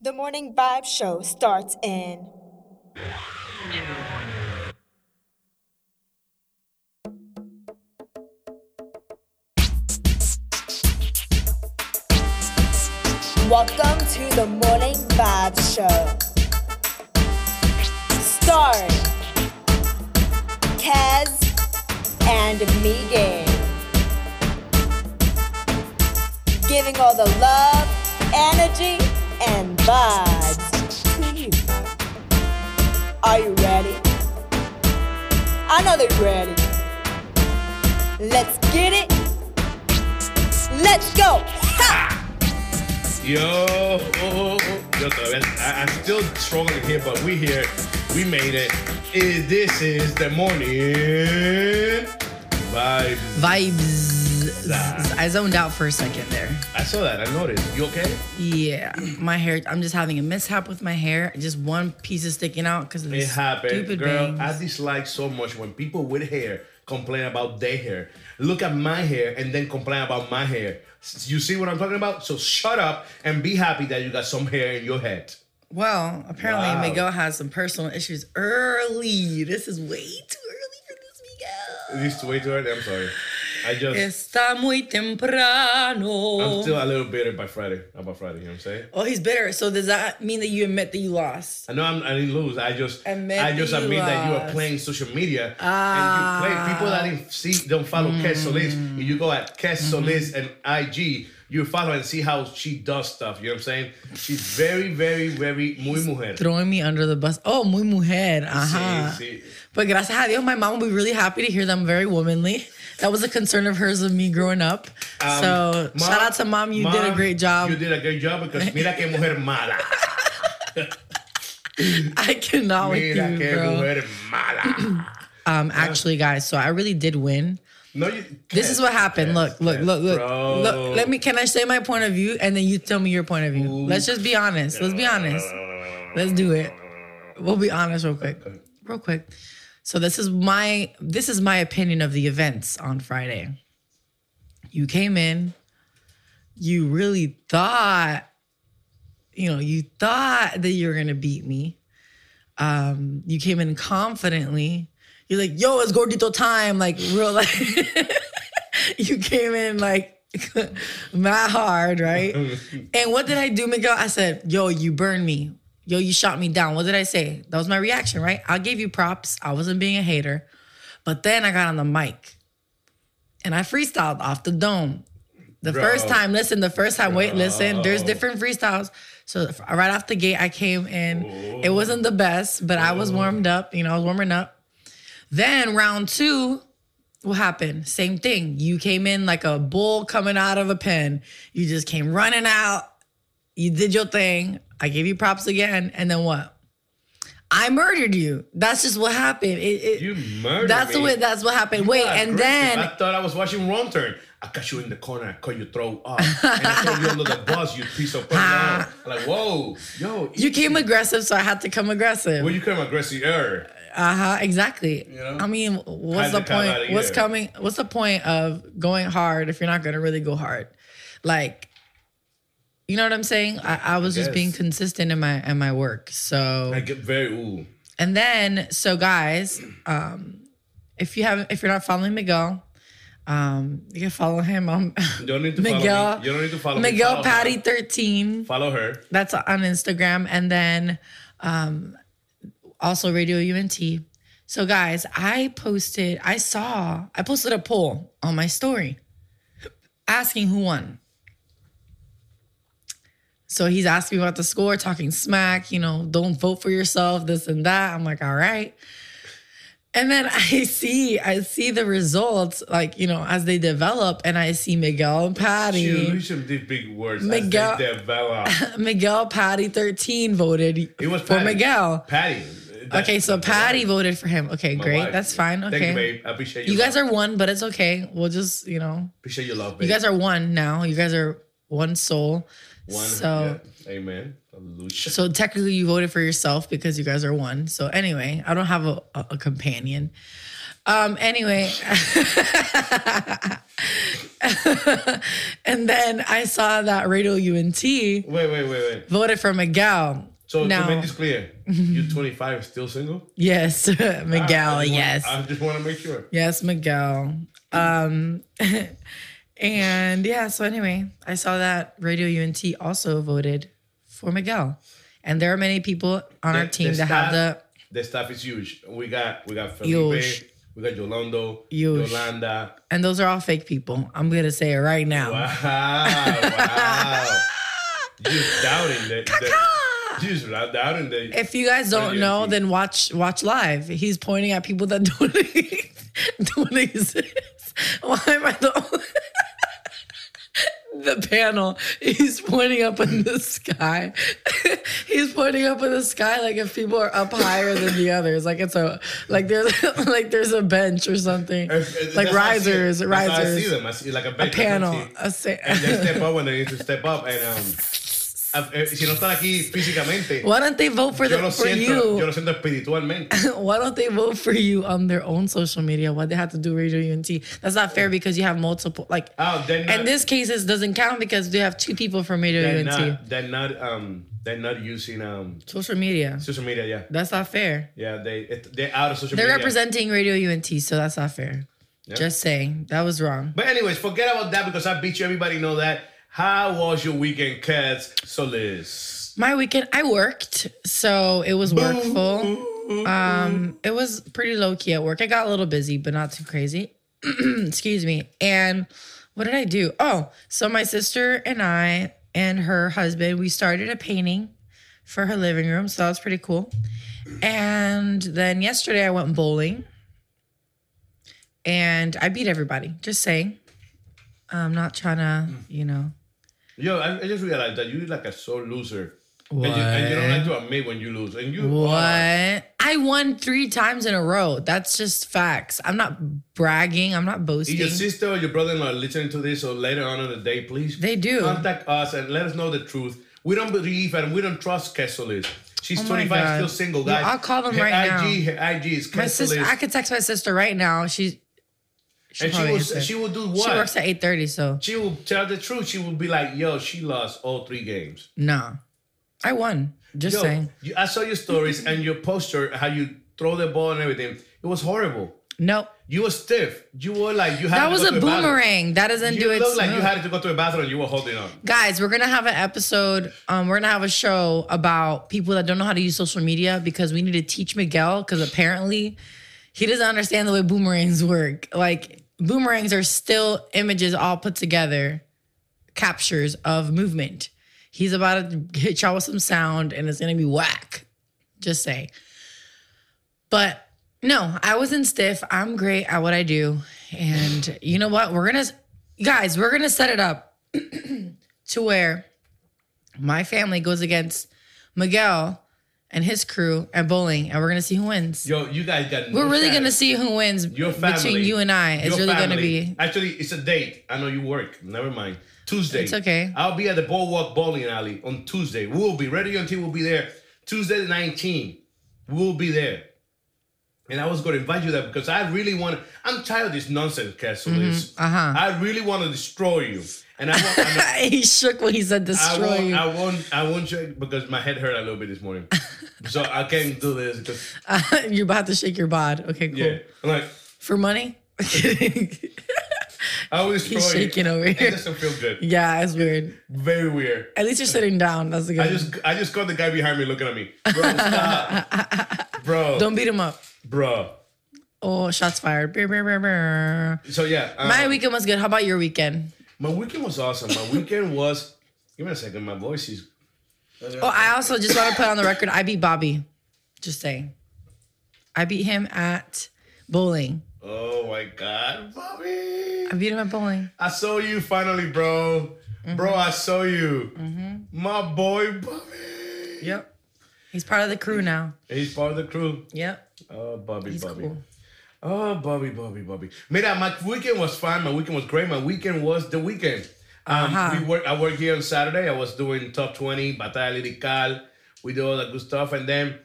The morning vibe show starts in. Welcome to the morning vibe show. Start. Kaz and Megan. Giving all the love, energy, and vibes to you. Are you ready? I know they're ready. Let's get it. Let's go. Ha! Yo, yo, todavía, I, I'm still struggling here, but we here, we made it. Is- this is the morning vibes. Vibes. Nah. I zoned out for a second there. I saw that. I noticed. You okay? Yeah, my hair. I'm just having a mishap with my hair. Just one piece is sticking out because of It this happened, stupid girl. bangs. I dislike so much when people with hair complain about their hair. Look at my hair and then complain about my hair. S- You see what I'm talking about? So shut up and be happy that you got some hair in your head. well, apparently Wow. Miguel has some personal issues early. This is way too early for this Miguel. This is way too early. I'm sorry. I just. Está muy I'm temprano. still a little bitter by Friday. About Friday, you know what I'm saying? oh, he's bitter. So does that mean that you admit that you lost? I know I'm, I didn't lose. I just Admit I just that you admit that you are lost. playing social media and Ah. you play people that didn't see don't follow Kes Mm. Solis. If You go at Kes Mm-hmm. Solis and IG. You follow and see how she does stuff. You know what I'm saying? She's very, very, very muy mujer. Throwing me under the bus. Oh, muy mujer. Ajá. Sí, sí. But gracias a Dios, my mom will be really happy to hear that I'm very womanly. That was a concern of hers of me growing up. Um, so Mom- shout out to mom, you did a Mom, great job. You did a great job because mira que mujer mala. I cannot with Mira you, que bro. mujer mala. Um, actually, guys, so I really did win. No, you, This is what happened. look, look, look, look, bro. look. Let me. Can I say my point of view and then you tell me your point of view? Let's just be honest. Let's be honest. Let's do it. We'll be honest real quick. Real quick. So this is my this is my opinion of the events on Friday. You came in, you really thought, you know, you thought that you were gonna beat me. Um, you came in confidently. You're like, yo, it's gordito time, like real like you came in like mad hard, right? and what did I do, Miguel? I said, yo, you burned me. Yo, you shot me down. What did I say? That was my reaction, right? I gave you props. I wasn't being a hater. But then I got on the mic and I freestyled off the dome. The Bro. first time, listen, the first time, wait, listen, there's Bro. different freestyles. So f- right off the gate, I came in. It wasn't the best, but I was Oh. warmed up. You know, I was warming up. Then round two, what happened? Same thing. You came in like a bull coming out of a pen. You just came running out. You did your thing. I gave you props again. And then what? I murdered you. That's just what happened. It, it, You murdered That's the me. way. That's what happened. Wait, and aggressive. then I thought I was watching Wrong Turn. I cut you in the corner, I cut your throat up, and I throw you under the bus, you piece of Ah. personality. Like, whoa, yo, you came aggressive, so I had to come aggressive. well, you came aggressive. err. Uh huh. Exactly. know? I mean, Had what's the to come out point? of What's here. coming? What's the point of going hard if you're not gonna really go hard? Like, you know what I'm saying? I, I was just being guess. consistent in my in my work. So I get very ooh. and then, so guys, um, if you haven't, if you're not following Miguel, um, you can follow him on You don't need to follow Miguel. me. You don't need to follow me. Miguel Follow Patty Her. thirteen. Follow her. That's on Instagram, and then um, also Radio UNT. So guys, I posted, I saw, I posted a poll on my story asking who won. So he's asking me about the score, talking smack, you know, don't vote for yourself, this and that. I'm like, all right. And then I see, I see the results, like, you know, as they develop, and I see Miguel and Patty. You use some deep big words. Miguel. Miguel- Develop. Miguel Patty 13 voted It was for Patty. Miguel. Patty. That's okay, so Patty voted for him. Okay, my great. wife. That's fine. Thank Okay. you, babe. I appreciate you. You guys are one, but it's okay. We'll just, you know, appreciate your love, you babe. guys are one now. You guys are one soul. One, so yeah. amen. Hallelujah. so technically you voted for yourself because you guys are one. So anyway, I don't have a, a, a companion. Um, anyway, and then I saw that Radio UNT Wait, wait, wait, wait. voted for Miguel. So now, to make this clear, you're 25, still single. yes, Miguel, I just wanna- yes, I just want to make sure. yes, Miguel. Um, and yeah, so anyway, I saw that Radio UNT also voted for Miguel, and there are many people on our The- team the that have staff- the The staff is huge. We got we got Felipe, Huge. we got Yolando, Huge. Yolanda. and those are all fake people. I'm gonna say it right now. Wow, wow. you doubting that. that you just doubting that. If you guys don't Audio know, feed. then watch watch live. He's pointing at people that don't don't exist. Why am I the the panel? He's pointing up in the sky. He's pointing up in the sky like if people are up higher than the others. Like it's a like there's like there's a bench or something. If- if- like that's how I see it. risers, That's how I see risers, them. I see like a, a bench, panel, I a can see. sa- And they step up when they need to step up. And um, a- eh, si no están aquí físicamente, Why don't they vote for yo the, lo for siento, you? yo lo siento espiritualmente. why don't they vote for you on their own social media? Why they have to do Radio UNT? That's not fair because you have multiple like. Oh, they're not, and this case is, doesn't count because they have two people from Radio they're UNT. not, they're not, um, they're not using um Social media. social media. Yeah, That's not fair. yeah, they it, they're out of social They're media. representing Radio UNT, so that's not fair. Just saying, that was wrong. But anyways, forget about that because I beat you. Everybody know that. How was your weekend, Cats Solis? My weekend, I worked, so it was workful. Um, it was pretty low key at work. I got a little busy, but not too crazy. Excuse me. And what did I do? Oh, so my sister and I and her husband, we started a painting for her living room, so that was pretty cool. And then yesterday I went bowling, and I beat everybody. Just saying, I'm not trying to, you know. Yo, I, I just realized that you're like a sore loser. And you, and you don't like to admit when you lose. And you What? are. I won three times in a row. That's just facts. I'm not bragging. I'm not boasting. If your sister or your brother-in-law are listening to this, or later on in the day, please They do. contact us and let us know the truth. We don't believe and we don't trust Kesselis. She's Oh my 25, God. still single, Yeah, guys. I'll call them her right IG, now. Her IG is my sister, I Kesselis. could text my sister right now. She's she And she probably will, answered. she will do She what? She, works at 8:30, so will tell the truth. She will be like, yo, she lost all three games. nah. I won. Just Yo, saying. you- I saw your stories and your posture, how you throw the ball and everything. It was horrible. Nope. You were stiff. You were like, you had That to was go a to bathroom. boomerang. That doesn't do You it. looked like you smooth. had to go to a bathroom and you were holding on. guys we're gonna have an episode um we're gonna have a show about people that don't know how to use social media because we need to teach miguel because apparently he doesn't understand the way boomerangs work like boomerangs are still images all put together captures of movement he's about to hit y'all with some sound and it's gonna be whack just say but no i wasn't stiff i'm great at what i do and you know what we're gonna guys we're gonna set it up to where my family goes against Miguel and his crew at bowling, and we're gonna see who wins. Yo, you guys got. No we're really chance. gonna see who wins your family between you and I. It's your really gonna family. be. Actually, it's a date. I know you work. Never mind. Tuesday. It's okay. I'll be at the Boardwalk Bowling Alley on Tuesday. We will be ready until we'll be there. Tuesday the 19th. We'll be there. And I was going to invite you there because I really want. I'm tired of this nonsense, Castle. uh-huh. I really want to destroy you. And I want. and I- he shook when he said I destroy won't, you. I won't. I won't check because my head hurt a little bit this morning, so I can't do this. Because You're about to shake your bod. Okay, cool. yeah, I'm like For money? I always destroy He's you. shaking over It here. doesn't feel good. Yeah, it's weird. Very weird. At least you're sitting down. That's a good. I just I just caught the guy behind me looking at me. Bro, stop. bro, Don't beat him up. bro. Oh, shots fired. Brr, brr, brr, brr. So yeah, um, My weekend was good. How about your weekend? my weekend was awesome. My weekend was. Give me a second. My voice is. Oh, I also just want to put on the record, I beat Bobby. Just saying. I beat him at bowling. Oh my god, Bobby! I beat him at bowling. I saw you finally, bro. Bro, I saw you. Mm-hmm. My boy, Bobby. Yep. He's part of the crew now. He's part of the crew. Yep. Oh, Bobby, He's Bobby. cool. Oh, Bobby, Bobby, Bobby. Mira, my weekend was fine. My weekend was great. My weekend was the weekend. Um, Uh-huh. we work. I worked here on Saturday. I was doing top twenty, batalla lirical. We did all that good stuff, and then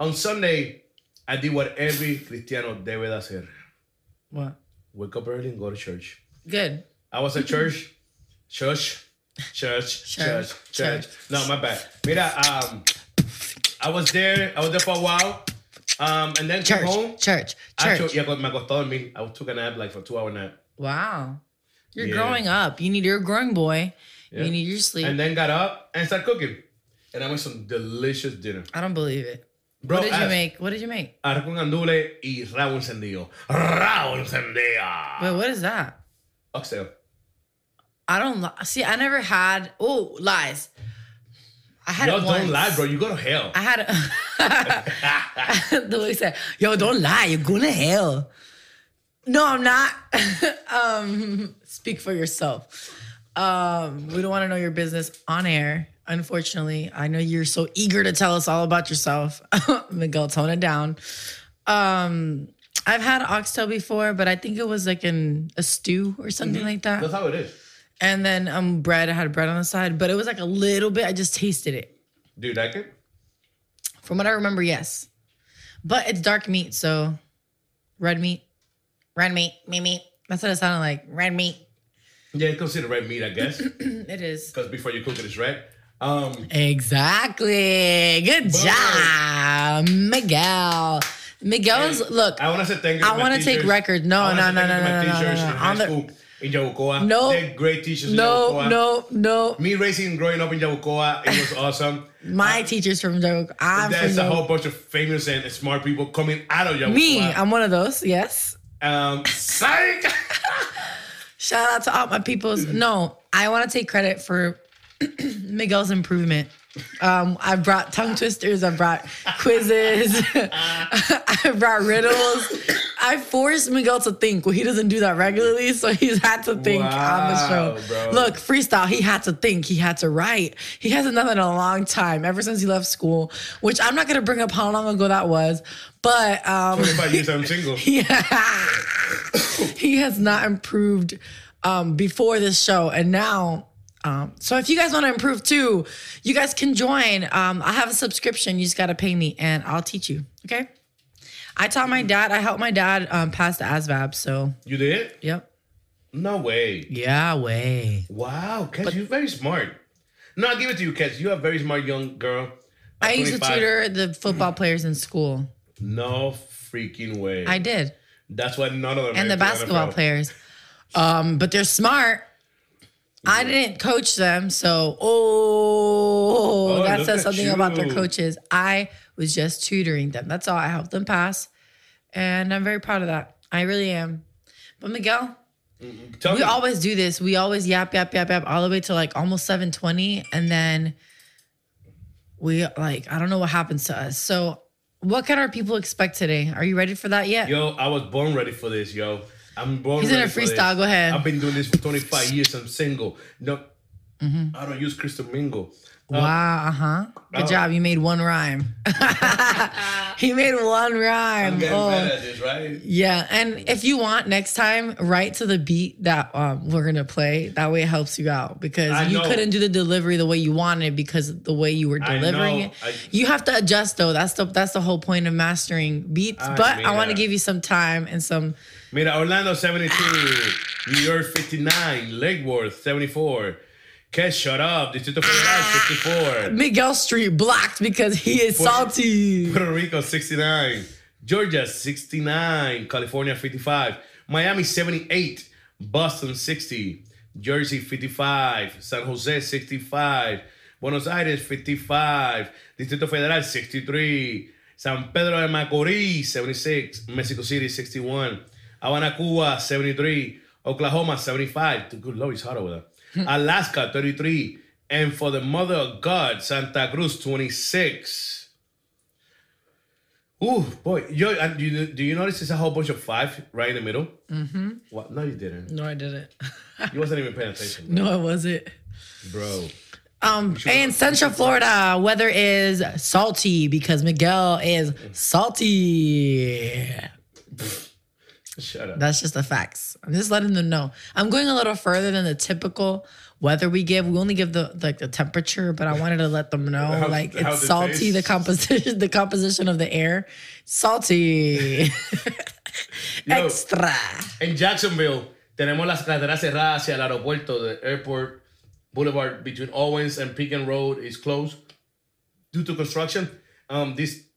on Sunday, I did what every cristiano debe de hacer. What? Wake up early and go to church. Good. I was at church, church, church, church, church. No, my bad. Mira, um, I was there. I was there for a while, um, and then Church. came home. Church. I cho- Church. yeah, me acostó a dormir. I took a nap like for two hour nap, Wow. You're Yeah. growing up. You need you're a growing boy. Yeah. You need your sleep. and then got up and started cooking, and I made some delicious dinner. I don't believe it. Bro, what did you ask- make? What did you make? Arroz con andule y rabo encendido. Rabo encendido. Wait, what is that? Oxtail. I don't li- see. I never had. Oh, lies. I had Yo, it don't once. lie, bro. You go to hell. I had it. the way he said, "Yo, don't lie. You're going to hell." No, I'm not. um, speak for yourself. Um, we don't want to know your business on air. Unfortunately, I know you're so eager to tell us all about yourself. Miguel, tone it down. Um, I've had oxtail before, but I think it was like in a stew or something like that. That's how it is. And then um bread. I had bread on the side, but it was like a little bit. I just tasted it. Do you like it? From what I remember, yes. But it's dark meat, so red meat, red meat, meat, meat. That's what it sounded like. Red meat. Yeah, it's considered red meat, I guess. It is. Because before you cook it, it's red. Um, Exactly. Good Boom. job, Miguel. Miguel's look. I want to say thank you. I want wanna to take record. No, I wanna no, say no, thank you to my no, no, no, no, teachers no, In no. high On the- school in Yabucoa. No. They're great teachers in no, Yabucoa. no, no. Me raising and growing up in Yabucoa, it was awesome. My teacher's from Joke. I'm There's from a Joke. whole bunch of famous and smart people coming out of Yabucoa. Me, I'm one of those. Yes. Um, psych! Shout out to all my peoples. No, I want to take credit for Miguel's improvement. Um, I brought tongue twisters. I brought quizzes. I brought riddles. I forced Miguel to think. Well, he doesn't do that regularly, so he's had to think on Wow, the show. bro. Look, freestyle. He had to think. He had to write. He hasn't done that in a long time, ever since he left school. Which I'm not gonna bring up how long ago that was, but um, 25 years I'm single. yeah. he has not improved um, before this show and now um, so if you guys want to improve too you guys can join um, i have a subscription you just got to pay me and i'll teach you okay i taught my dad i helped my dad um, pass the asvab so You did? yep No way. yeah way Wow, Kes, you're very smart. No, I'll give it to you, Kes. You're a very smart young girl. At i used to 25. tutor the football players in school No freaking way. i did That's why none of them. and made the it to basketball NFL. players. Um, but they're smart. Mm. I didn't coach them, so oh, Oh, that look says at something about their you. coaches. I was just tutoring them. That's all. I helped them pass, and I'm very proud of that. I really am. But Miguel, Tell we me, always do this. We always yap, yap, yap, yap, all the way to like almost 720. And then we like, I don't know what happens to us. So what can our people expect today? Are you ready for that yet? yo, I was born ready for this, yo. I'm born. He's in ready a for this. freestyle. Go ahead. I've been doing this for 25 years. I'm single. No, Mm-hmm. I don't use crystal mingle. Wow, uh huh. Good Oh. job. You made one rhyme. he made one I'm rhyme. getting Oh. better at this, right? Yeah. And if you want, next time, write to the beat that um, we're going to play. That way it helps you out because I you know. couldn't do the delivery the way you wanted because of the way you were I delivering know. it. I- you have to adjust, though. That's the, that's the whole point of mastering beats. I but mean I want to that. give you some time and some. Mira, Orlando 72, New York 59, Lakeworth 74. Kes, shut up. Distrito Federal 54. Miguel Street blocked because he is salty. Puerto Rico 69, Georgia 69, California 55, Miami 78, Boston 60, Jersey 55, San Jose 65, Buenos Aires 55, Distrito Federal 63, San Pedro de Macorís 76, Mexico City 61, Havana, Cuba 73, Oklahoma 75. Good lord, it's hot over there. Alaska 33, and for the mother of God, Santa Cruz 26. Ooh, boy. Yo, and do, you, do you notice there's a whole bunch of five right in the middle? Mm-hmm. What? No, you didn't. No, I didn't. You wasn't even paying attention, no, I wasn't. bro. Um, and Central Florida weather is salty because Miguel is salty. Shut up. That's just the facts. I'm just letting them know. I'm going a little further than the typical weather we give. We only give the like the temperature, but I wanted to let them know How- like how it's it salty. The tastes. composition, the composition of the air, salty. know, Extra. En Jacksonville tenemos las carreteras cerradas hacia el aeropuerto de Airport Boulevard between Owens and Pekin Road is closed due to construction. Um, these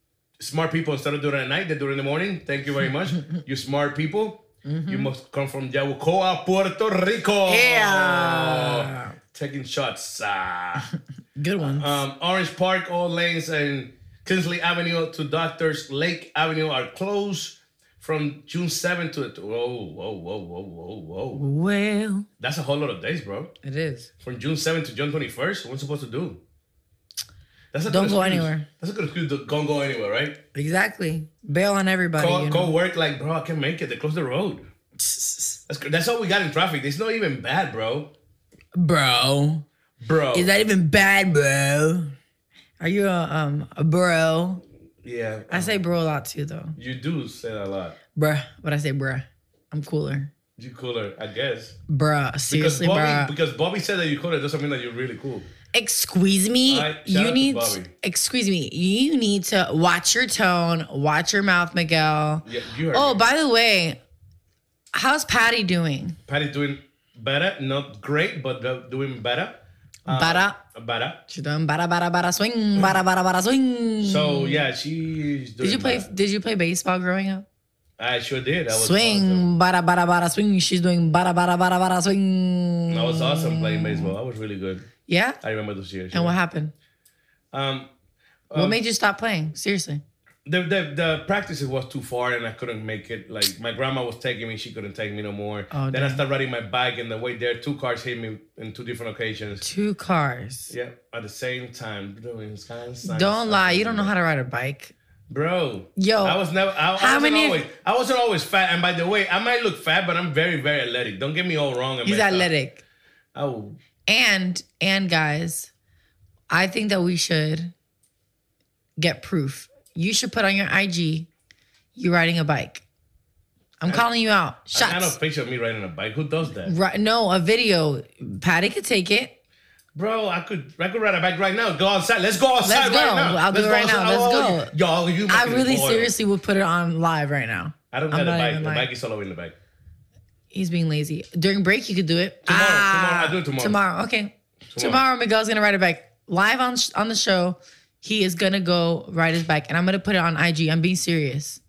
smart people instead of doing it at night, they do it in the morning. Thank you very much. you smart people. Mm-hmm. You must come from Yabucoa, Puerto Rico. Yeah. Taking shots. Ah. Good one. Um, Orange Park, all lanes, and Kinsley Avenue to Doctors Lake Avenue are closed from June 7th to the. Whoa, whoa, whoa, whoa, whoa, whoa. well, That's a whole lot of days, bro. it is. From June 7th to June 21st, what's supposed to do? That's a Don't good go excuse. anywhere. That's a good excuse. to- Don't go anywhere, right? Exactly. Bail on everybody. Go, you go know? work like, bro, I can't make it. They closed the road. That's, cr- that's all we got in traffic. It's not even bad, bro. Bro. Bro. Is that even bad, bro? Are you a um a bro? yeah. I say bro a lot too though. You do say that a lot. Bruh. But I say bruh. I'm cooler. You cooler, I guess. Bruh. Because Seriously, Bobby, bruh. because Bobby said that you're cool, it doesn't mean that you're really cool. Excuse me. All right, shout out you to need. Bobby. excuse me. You need to watch your tone. Watch your mouth, Miguel. Yeah, you heard oh, me. by the way, how's Patty doing? Patty's doing better, not great, but do- doing better, Uh, Bara. better. She done bara bara bara swing. Bara bara bara swing. So yeah, she's doing. Mm. did you play? better. Did you play baseball growing up? I sure did. I was awesome. Swing. Bara bara bara swing. She's doing bara bara bara bara swing. I was awesome playing baseball. I was really good. Yeah. I remember those years. And what happened? Um, what made you stop playing? Seriously. the, the the practices was too far and I couldn't make it. Like my grandma was taking me, she couldn't take me no more. Oh, then I damn. started riding my bike, and the way there, two cars hit me in two different occasions. Two cars. Yeah, at the same time. Don't Don't lie. You don't know how to ride a bike. Bro, Yo, I was never. I, I how wasn't many- Always, I wasn't always fat, and by the way, I might look fat, but I'm very, very athletic. Don't get me all wrong. and He's messed up. athletic. Oh, And and guys, I think that we should get proof. You should put on your IG you riding a bike. I'm calling you out. I got Shots. a picture of me riding a bike. Who does that, Right, no, a video. Patty could take it. bro? I could, I could ride a bike right now. Go outside. Let's go outside Let's right go. now. I'll do it right now. outside. Let's Oh, go. you- Y'all, you. I making me really boil. seriously would put it on live right now. I don't I'm got a not bike. even The lying. bike is all the way in the back. He's being lazy. During break, you could do it. Tomorrow, Ah. tomorrow. I'll do it tomorrow. Tomorrow, okay. Tomorrow, Miguel's gonna ride a bike live on sh- on the show. He is gonna go ride his bike, and I'm gonna put it on IG. I'm being serious.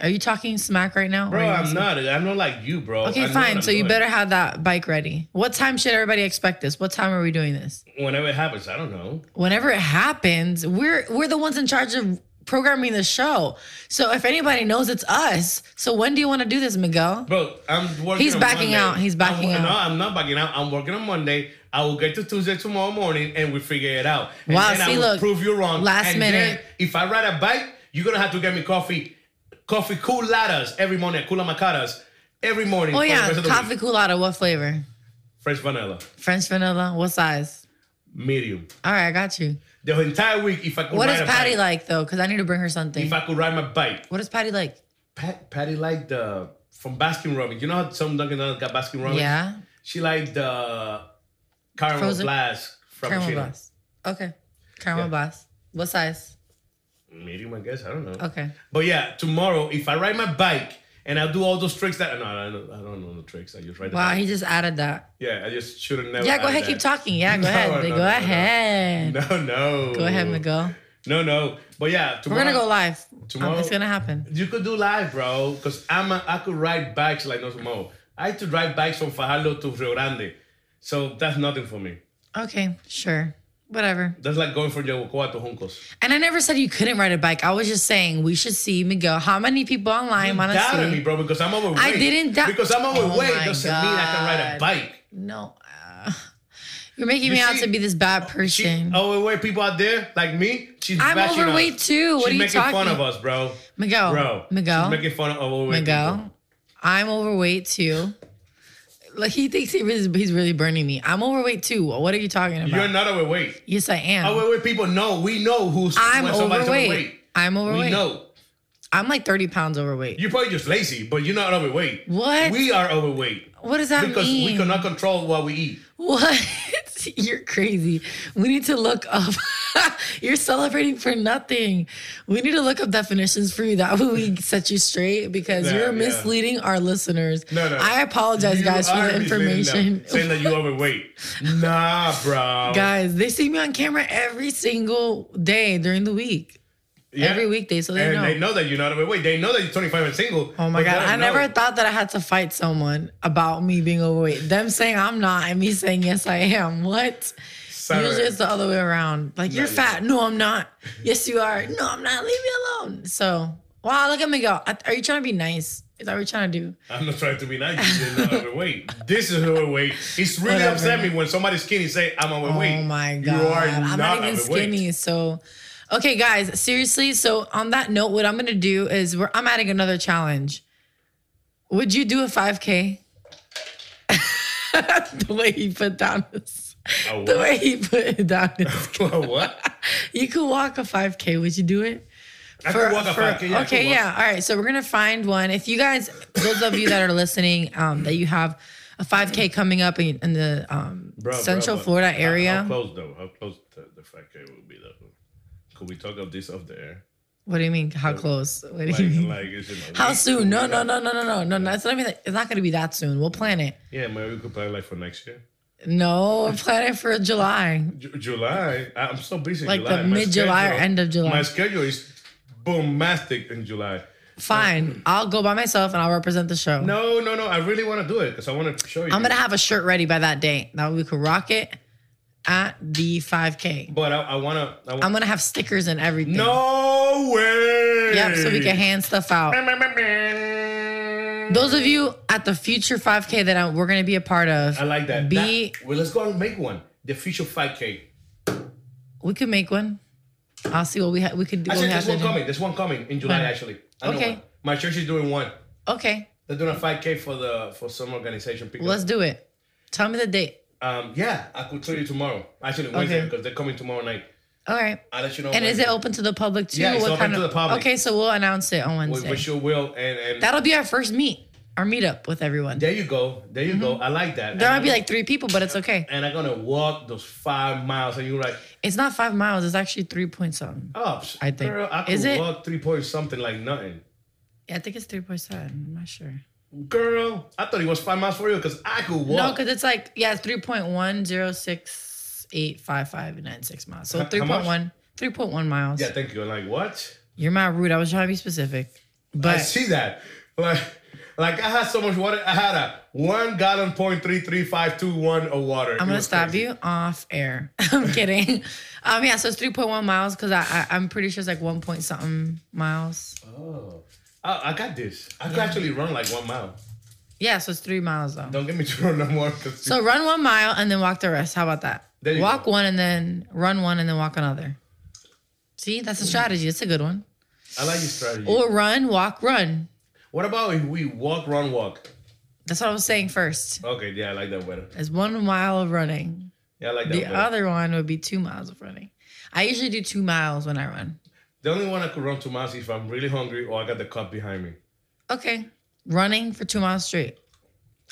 Are you talking smack right now? or Bro, are you I'm serious? not. I'm not like you, bro. I Okay, know what fine. I'm So you doing. better have that bike ready. What time should everybody expect this? What time are we doing this? Whenever it happens, I don't know. Whenever it happens, we're we're the ones in charge of programming the show. So if anybody knows, it's us. So when do you want to do this, Miguel? Bro, I'm working. He's on backing Monday. out. He's backing I'm, out. No, I'm not backing out. I'm working on Monday. I will get to Tuesday tomorrow morning, and we figure it out. And Wow, Then I see, will look, prove you wrong. last and Then minute. if I ride a bike, you're gonna have to get me coffee, coffee cool lattes every morning, cool macaras every morning. Oh for the yeah, rest of the coffee week. culotta. What flavor? fresh vanilla, French vanilla. What size? medium. All right, I got you. The entire week, if I could What ride is a Patty bike, like though? Because I need to bring her something. if I could ride my bike, What is Patty like? Pat, Patty liked the from Baskin Robbins. You know how some Dunkin' Donuts got Baskin Robbins? Yeah, She liked the caramel Frozen? blast. caramel frappuccino. blast. Okay, caramel Yeah. blast. What size? Medium, I guess. I don't know. Okay. But yeah, tomorrow if I ride my bike and I do all those tricks that no, I don't, I don't know the tricks. I just ride. The Wow, bike. he just added that. Yeah, I just shouldn't never. Yeah, go add ahead, that. keep talking. Yeah, go No, ahead. no, go no, no. ahead. No, no. Go ahead, Miguel. No, no. But yeah, We're tomorrow gonna go live. Um, tomorrow- it's gonna happen. You could do live, bro, because I'm a, I could ride bikes like no tomorrow. I used to ride bikes from Fajardo to Rio Grande, so that's nothing for me. Okay, sure, whatever. That's like going from Yabucoa to Juncos. And I never said you couldn't ride a bike. I was just saying we should see Miguel. How many people online want to see? Doubted me, bro, because I'm overweight. I didn't doubt- because I'm Oh overweight my doesn't mean I can ride a God. bike. No. Uh, you're making You me out see- to be this bad She, person. overweight people out there like me. She's I'm bashing us. overweight too. What she's are you making fun talking- of us, bro. Miguel. Bro, Miguel. she's making fun of overweight people. Miguel. I'm overweight too. Like he thinks he really, he's really burning me. I'm overweight too. What are you talking about? You're not overweight. yes, I am. Overweight people know. We know who's I'm when somebody's overweight. I'm We overweight. know. I'm like 30 pounds overweight. You're probably just lazy, but you're not overweight. What? We are overweight what does that because mean? we cannot control what we eat. what? You're crazy. We need to look up. You're celebrating for nothing. We need to look up definitions for you. That way we set you straight because Yeah, you're yeah. misleading our listeners. No, no. I apologize, You guys, for are the misleading them, information. saying that you overweight. Nah, bro. guys, they see me on camera every single day during the week. Yeah. Every weekday, so they and know. they know that you're not overweight. They know that you're 25 and single. Oh my but god! they I don't never know. thought that I had to fight someone about me being overweight. Them saying I'm not, and me saying yes I am. What? Sorry. Usually it's the other way around. Like you're you're fat. No, I'm not. Yes, you are. No, I'm not. Leave me alone. So wow, look at me go. I- Are you trying to be nice? Is that what you're trying to do? I'm not trying to be nice. You're not overweight. This is overweight. It's really Whatever. upset me when somebody skinny say I'm overweight. Oh my You god! are I'm not, even overweight. skinny. So, okay, guys, seriously. So on that note, what I'm gonna do is we're, I'm adding another challenge. Would you do a 5K? the way he put down his, A the what? way he put it down. His, what? you could walk a 5K. Would you do it? I for- could walk a for- 5K, yeah, I could okay, walk. yeah. All right. So we're gonna find one. If you guys, those of you that are listening, um, that you have a 5K coming up in, in the um, Bro, bro, Central but Florida how- area. How close though? How close the, the 5K will be though? Could we talk of this off the air? What do you mean? How close? What do Like, you mean? like is it a How week? soon? No, no, no, no, no, no, no. no. It's not, even, it's not going to be that soon. We'll plan it. Yeah, maybe we could plan like for next year. No, we're planning for July. Ju- July. I- I'm so busy. in Like July. the My mid-July or schedule- end of July. My schedule is bombastic in July. Fine. I'll go by myself and I'll represent the show. No, no, no. I really want to do it because I want to show you. I'm going to have a shirt ready by that day. That way we could rock it at the 5K. But I, I want to. I I'm wanna, going to have stickers and everything. no way. Yep, so we can hand stuff out. Those of you at the future 5K that I, we're going to be a part of, I like that. Be That- well, let's go and make one. The future 5K. we could make one. I'll see what we ha- we could do. What Actually, we there's have to one do. coming. There's one coming in July. When? Actually, I know Okay. one. My church is doing one. Okay, They're doing a 5K for the for some organization. Because, let's do it. Tell me the date. um, yeah, I could tell you tomorrow. Actually, Wednesday Okay. because they're coming tomorrow night. All right. I'll let you know. And is it Wednesday. open to the public too? Yeah, it's open to the public. Okay, so we'll announce it on Wednesday. We, we sure will. And and That'll be our first meet, our meetup with everyone. there you go. There you go. I like that. Mm-hmm. There and might be I'm- like three people, but it's okay. And I'm gonna walk those five miles, and you're like, It's not five miles. It's actually three point something. oh, I think- girl, I could is it- walk three point something like nothing. Yeah, I think it's three point seven. I'm not sure. Girl, I thought it was five miles for you because I could No, walk. because it's like yeah, three point one zero six eight five five nine six miles. So How- three how much? point one, three point one miles. yeah, thank you. I'm like, what? You're my rude. I was trying to be specific, I but see that. Like, like I had so much water. I had a one gallon point three three five two one of water. I'm gonna stop you off air. I'm kidding. Um, yeah, so it's 3.1 miles because I, I I'm pretty sure it's like one point something miles. Oh, I, I got this. I could actually run like one mile. Yeah, so it's three miles though. Don't get me to run no more. 'cause- So run one mile and then walk the rest. How about that? There you Walk go. one and then run one and then walk another. See, that's a strategy. It's a good one. I like your strategy. Or run, walk, run. what about if we walk, run, walk? That's what I was saying first. Okay, yeah, I like that better. It's one mile of running. Yeah, I like that The better. other one would be two miles of running. I usually do two miles when I run. the only one I could run two miles if I'm really hungry or I got the cop behind me. Okay. Running for two miles straight.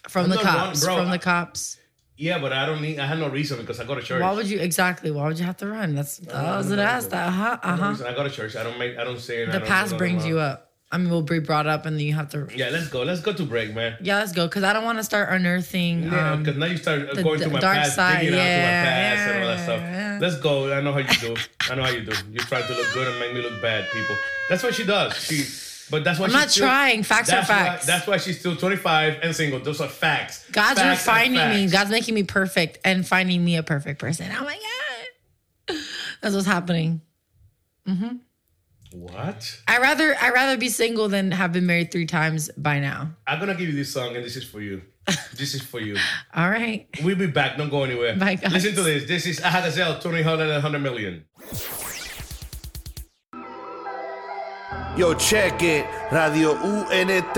From I'm the not running, cops. bro. from the cops. Yeah, but I don't need. I had no reason because I go to church. Why would you exactly? Why would you have to run? That's that was an ass. That uh huh. I, Uh huh. I go to church. I don't make. I don't say. The past brings you up. I mean, we'll be brought up, and then you have to. Yeah, Yeah, let's go. Let's go to break, man. let's go. Cause I don't want to start unearthing. Yeah, um, because now you start uh, the going d- to my dark past, side, digging out to my yeah, past and all that yeah, stuff. yeah. Let's go. I know how you do. I know how you do. You try to look good and make me look bad, people. That's what she does. She, but that's why I'm she's not still- trying. Facts are that's why- facts. that's why she's still 25 and single. Those are facts. God's Facts are refining me. facts. God's making me perfect and finding me a perfect person. Oh my god, that's what's happening. What? I rather I rather be single than have been married three times by now. I'm gonna give you this song, and this is for you. This is for you. All right. We'll be back. Don't go anywhere. Bye, guys. Listen to this. This is Ahadazel, Tony Holland, and 100 million. Yo, check it. Radio UNT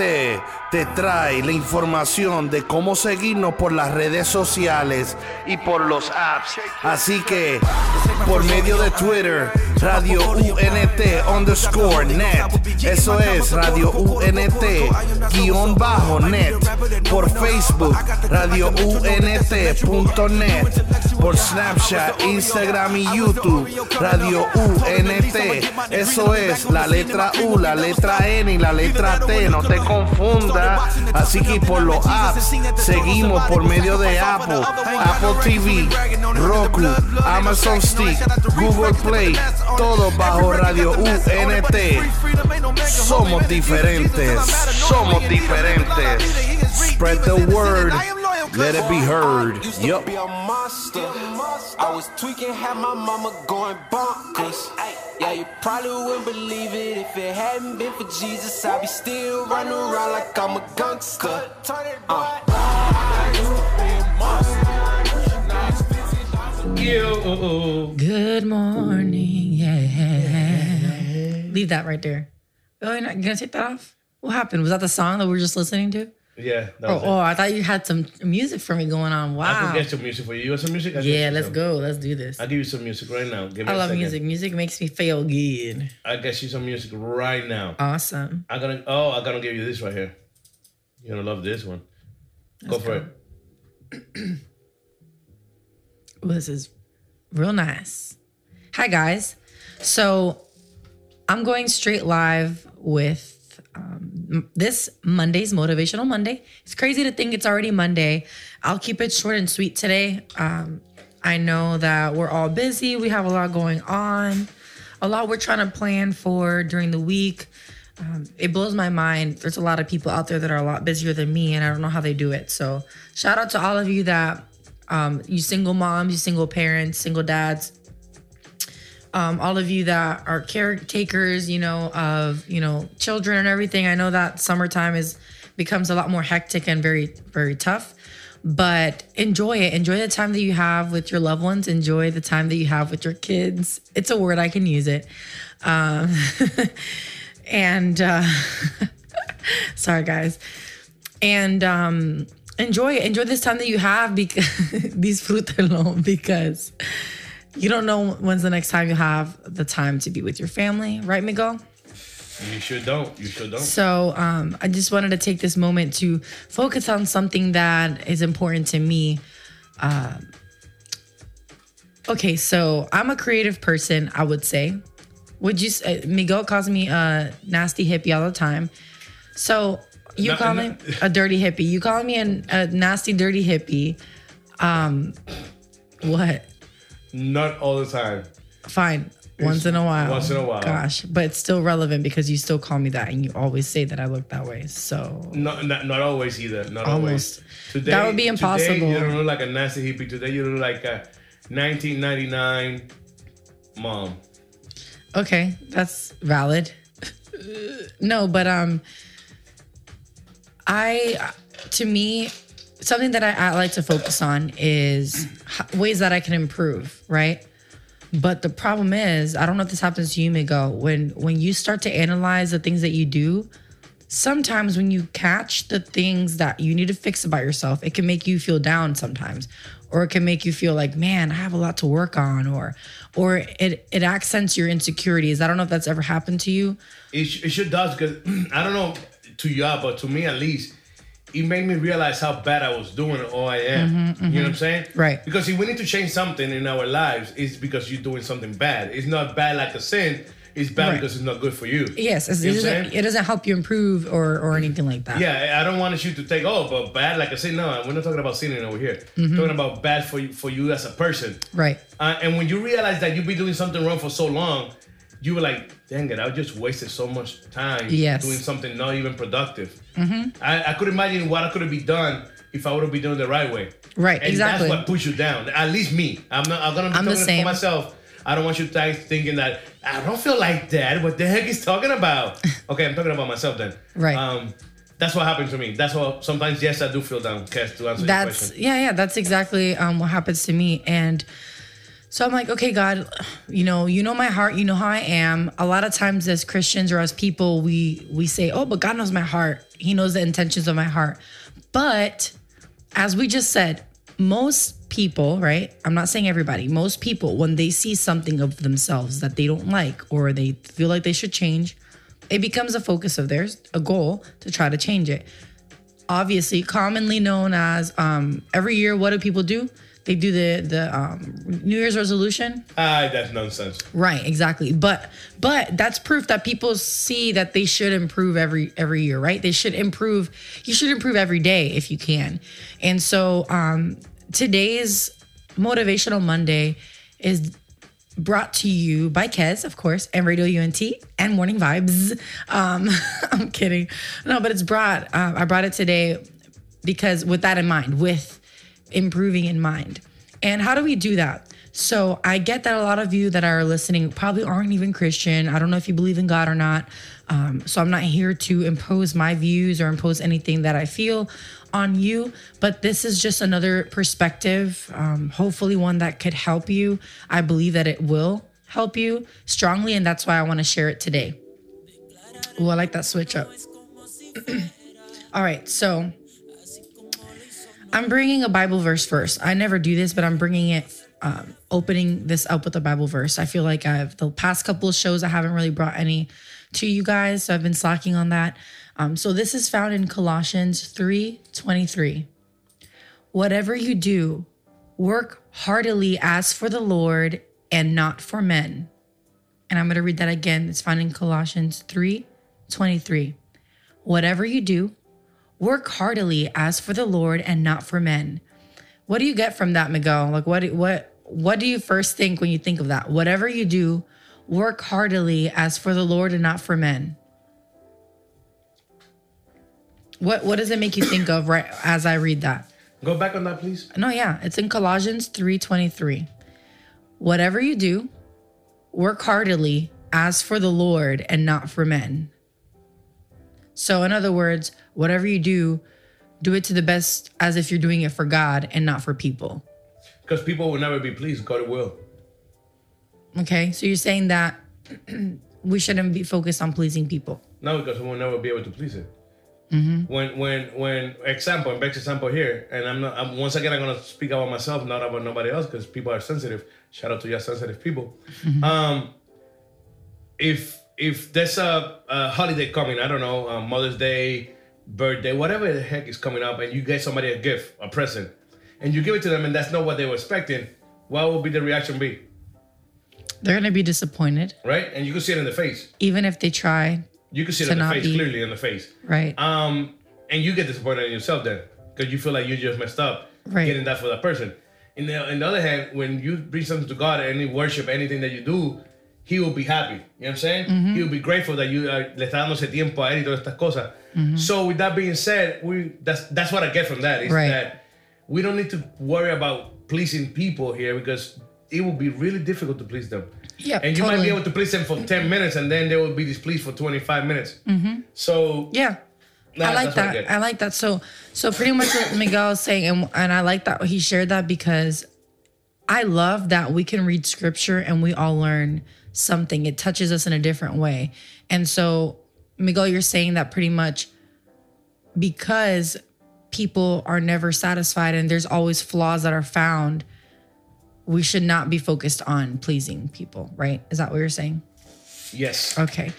te trae la información de cómo seguirnos por las redes sociales y por los apps. Así que, por medio de Twitter, Radio UNT underscore net. Eso es Radio UNT guión bajo net. Por Facebook, Radio UNT.net. Por Snapchat, Instagram y YouTube, Radio UNT. Eso es la letra U, la letra N y la letra T. No te confundas. Así que por los apps, seguimos por medio de Apple, Apple TV, Roku, Amazon Stick, Google Play, todo bajo Radio UNT. Somos diferentes, somos diferentes. Spread the word, let it be heard. Used to Yup. be a monster. I was tweaking, had my mama going bonkers. Yeah, you probably wouldn't believe it if it hadn't been for Jesus. I'd be still running around like I'm a gangster. Uh. Yo. Good morning. Yeah. Leave that right there. Oh, you're not you're gonna take that off? What happened? Was that the song that we were just listening to? Yeah. That Oh, was oh, it. I thought you had some music for me going on. I can Wow. get some music for you. You want some music? I can Yeah, get you let's some. go. Let's do this. I'll give you some music right now. Give me I a love second. music. Music makes me feel good. I'll get you some music right now. Awesome. I'm gonna oh I'm gonna give you this right here. You're gonna love this one. Go for it. Ooh, this is real nice. Hi guys. So I'm going straight live with um, m- this Monday's motivational Monday. It's crazy to think it's already Monday. I'll keep it short and sweet today. Um, I know that we're all busy. We have a lot going on, a lot we're trying to plan for during the week. Um, it blows my mind. There's a lot of people out there that are a lot busier than me, and I don't know how they do it. So, shout out to all of you that um, you single moms, you single parents, single dads, um, all of you that are caretakers, you know, of you know children and everything. I know that summertime is becomes a lot more hectic and very very tough, but enjoy it. Enjoy the time that you have with your loved ones. Enjoy the time that you have with your kids. It's a word I can use it. Um, and uh, sorry guys, and um, enjoy it. Enjoy this time that you have because disfrútalo because you don't know when's the next time you have the time to be with your family, right, Miguel? You sure don't. You sure don't. So um, I just wanted to take this moment to focus on something that is important to me. Um okay, so I'm a creative person, I would say. Would you? s- Uh, Miguel calls me a nasty hippie all the time. So you No, call no. me a dirty hippie. You call me an, a nasty, dirty hippie. Um, what? Not all the time. Fine. Once in a while. once in a while. Gosh, but it's still relevant because you still call me that and you always say that I look that way. So Not, not not always either. Not Almost. always. Today That would be Today impossible. you don't look like a nasty hippie. Today you look like a 1999 mom. okay, that's valid. no, but um I to me something that I, I like to focus on is h- ways that I can improve, right? But the problem is, I don't know if this happens to you, Miguel. When when you start to analyze the things that you do, sometimes when you catch the things that you need to fix about yourself, it can make you feel down sometimes, or it can make you feel like, man, I have a lot to work on, or or it it accents your insecurities. I don't know if that's ever happened to you. It, sh- it sure does because I don't know to y'all, but to me at least, it made me realize how bad I was doing or I am. You know what I'm saying? Mm-hmm, Right. Because if we need to change something in our lives, it's because you're doing something bad. It's not bad like a sin. It's bad Right. because it's not good for you. Yes, it's- You know what I'm it doesn't, saying? it doesn't help you improve or or anything like that. Yeah, I I don't want you to think, oh, but bad like a sin. No, we're not talking about sinning over here. Mm-hmm. Talking about bad for you, for you as a person. Right. Uh, and when you realize that you've been doing something wrong for so long, you were like, dang it, I just wasted so much time Yes. Mm-hmm. doing something not even productive. I, I could imagine what I could have been done if I would have been doing it the right way. Right, and exactly. That's what puts you down. At least me. I'm not I'm gonna be I'm the talking same. for myself. I don't want you guys thinking that I don't feel like that. What the heck he's talking about? okay, I'm talking about myself then. Right. Um that's what happened to me. That's what sometimes yes I do feel down, Cass, to answer your That's question. yeah, yeah. That's exactly um, what happens to me, and So I'm like, okay, God, you know, you know my heart, you know how I am. A lot of times as Christians or as people, we we say, "Oh, but God knows my heart. He knows the intentions of my heart." But as we just said, most people, right? I'm not saying everybody. Most people when they see something of themselves that they don't like or they feel like they should change, it becomes a focus of theirs, a goal to try to change it obviously commonly known as um, every year what do people do they do the the um, new year's resolution Ah, that's nonsense. right exactly but but that's proof that people see that they should improve every every year right they should improve you should improve every day if you can and so um today's motivational monday is brought to you by Kez, of course, and Radio UNT and Morning Vibes. Um, I'm kidding. No, but it's brought, um, I brought it today because with that in mind, with improving in mind. And how do we do that? So I get that a lot of you that are listening probably aren't even Christian. I don't know if you believe in God or not. Um, so I'm not here to impose my views or impose anything that I feel on you, but this is just another perspective, um, hopefully, one that could help you. I believe that it will help you strongly, and that's why I want to share it today. Oh, I like that switch up. All right, so I'm bringing a Bible verse first. I never do this, but I'm bringing it, um, opening this up with a Bible verse. I feel like I've the past couple of shows I haven't really brought any to you guys, so I've been slacking on that. Um, so this is found in Colossians three twenty three. Whatever you do, work heartily as for the Lord and not for men. And I'm going to read that again. It's found in Colossians three twenty three. Whatever you do, work heartily as for the Lord and not for men. What do you get from that, Miguel? Like what what what do you first think when you think of that? Whatever you do, work heartily as for the Lord and not for men. What what does it make you think of right as I read that? Go back on that, please. No, yeah, it's in Colossians 3:23. Whatever you do, work heartily as for the Lord and not for men. So in other words, whatever you do, do it to the best as if you're doing it for God and not for people. Because people will never be pleased. God will. Okay? So you're saying that we shouldn't be focused on pleasing people. No, because we will never be able to please it. When, when, when, example, best example here, and I'm not, I'm, once again, I'm going to speak about myself, not about nobody else, because people are sensitive. Shout out to your sensitive people. Um, if, if there's a, a holiday coming, I don't know, uh, Mother's Day, birthday, whatever the heck is coming up, and you get somebody a gift, a present, and you give it to them, and that's not what they were expecting, what would be the reaction be? They're going to be disappointed Right? And you can see it in the face. even if they try, You can see it To in the not face, be- clearly in the face. right? Um, and you get disappointed in yourself then because you feel like you just messed up Right. getting that for that person. And the, on the other hand, when you bring something to God and you worship anything that you do, He will be happy. You know what I'm saying? Mm-hmm. He will be grateful that you are, le está dando ese tiempo a él y todas estas cosas. Mm-hmm. So with that being said, we that's that's what I get from that is Right. that we don't need to worry about pleasing people here because it will be really difficult to please them. Yeah, and you might be totally. able to please them for 10 minutes and then they will be displeased for 25 minutes. So Mm-hmm. yeah. Nah, I like that's what I that. get. I, like that. So so pretty much what Miguel is saying, and and I like that he shared that because I love that we can read scripture and we all learn something. It touches us in a different way. And so Miguel, you're saying that pretty much because people are never satisfied and there's always flaws that are found, we should not be focused on pleasing people, right? Is that what you're saying? Yes. Okay.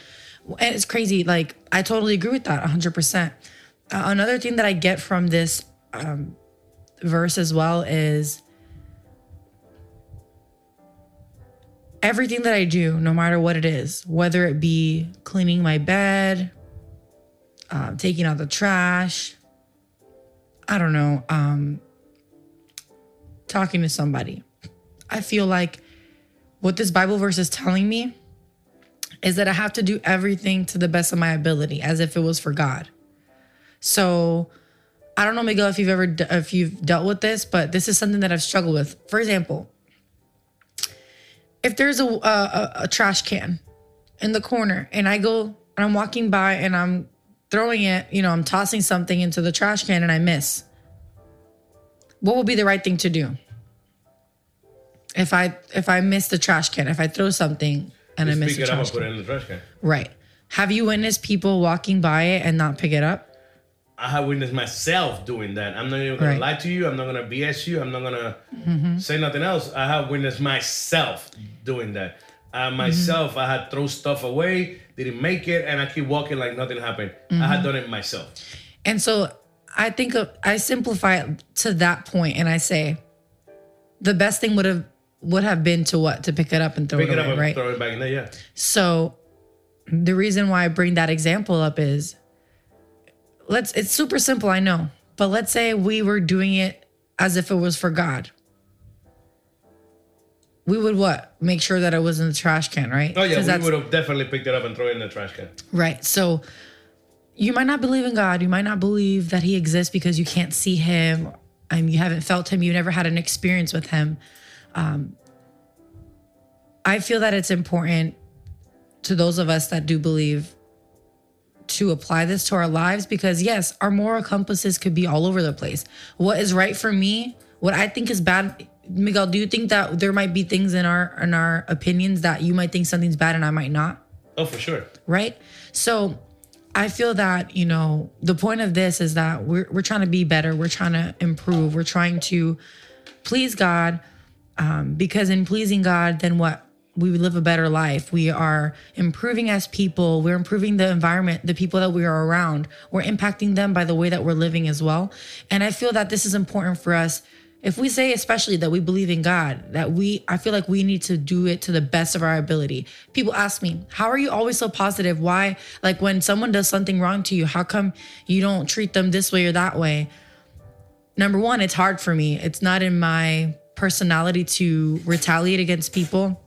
And it's crazy. Like, I totally agree with that 100%. Uh, another thing that I get from this um, verse as well is everything that I do, no matter what it is, whether it be cleaning my bed, um, taking out the trash, I don't know, um, talking to somebody. I feel like what this Bible verse is telling me is that I have to do everything to the best of my ability as if it was for God. So I don't know, Miguel, if you've ever d- if you've dealt with this, but this is something that I've struggled with. For example, if there's a a, a, a trash can in the corner and I go and I'm walking by and I'm throwing it, you know, I'm tossing something into the trash can and I miss. What would be the right thing to do? If I if I miss the trash can, if I throw something and I You miss pick it the up and trash put it can, in the trash can. right? Have you witnessed people walking by it and not pick it up? I have witnessed myself doing that. I'm not even gonna Right. Mm-hmm. lie to you. I'm not gonna BS you. I'm not gonna say nothing else. I have witnessed myself doing that. I Mm-hmm. myself, I had throw stuff away, didn't make it, and I keep walking like nothing happened. I Mm-hmm. had done it myself. And so I think of, I simplify it to that point and I say the best thing would have would have been to what to pick it up and throw Pick it it away, up and right? throw it back in there. Yeah. So the reason why I bring that example up is let's it's super simple, I know. But let's say we were doing it as if it was for God. We would what? Make sure that it was in the trash can, right? Oh 'Cause yeah, we that's- would have definitely picked it up and throw it in the trash can. Right. So you might not believe in God. You might not believe that he exists because you can't see him and you haven't felt him. You never had an experience with him. Um, I feel that it's important to those of us that do believe to apply this to our lives because, yes, our moral compasses could be all over the place. What is right for me, what I think is bad. Miguel, do you think that there might be things in our in our opinions that you might think something's bad and I might not? Oh, for sure. right? So I feel that, you know, the point of this is that we're we're trying to be better, we're trying to improve, we're trying to please God um, because in pleasing God, then what? We live a better life. We are improving as people. We're improving the environment, the people that we are around. We're impacting them by the way that we're living as well. And I feel that this is important for us. If we say, especially, that we believe in God, that we, I feel like we need to do it to the best of our ability. People ask me, How are you always so positive? Why, like, when someone does something wrong to you, how come you don't treat them this way or that way? number one, it's hard for me. It's not in my personality to retaliate against people,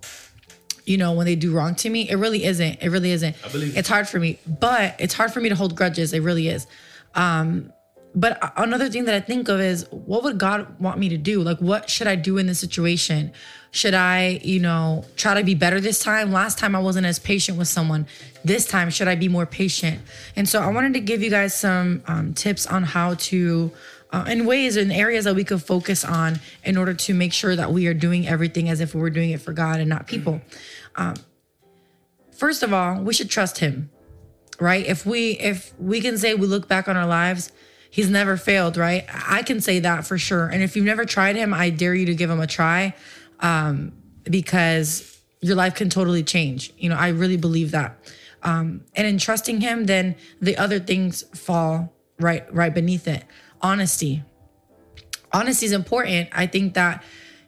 you know, when they do wrong to me. It really isn't. It really isn't. I believe you. it's hard for me, but it's hard for me to hold grudges. It really is. Um, but a- another thing that I think of is what would God want me to do? Like, what should I do in this situation? Should I, you know, try to be better this time? Last time I wasn't as patient with someone. This time, should I be more patient? And so I wanted to give you guys some um, tips on how to uh, in ways and areas that we could focus on in order to make sure that we are doing everything as if we were doing it for God and not people. Um, first of all, we should trust Him, right? If we if we can say we look back on our lives, He's never failed, right? I can say that for sure. And if you've never tried Him, I dare you to give Him a try, um, because your life can totally change. You know, I really believe that. Um, and in trusting Him, then the other things fall right right beneath it. Honesty, honesty is important. I think that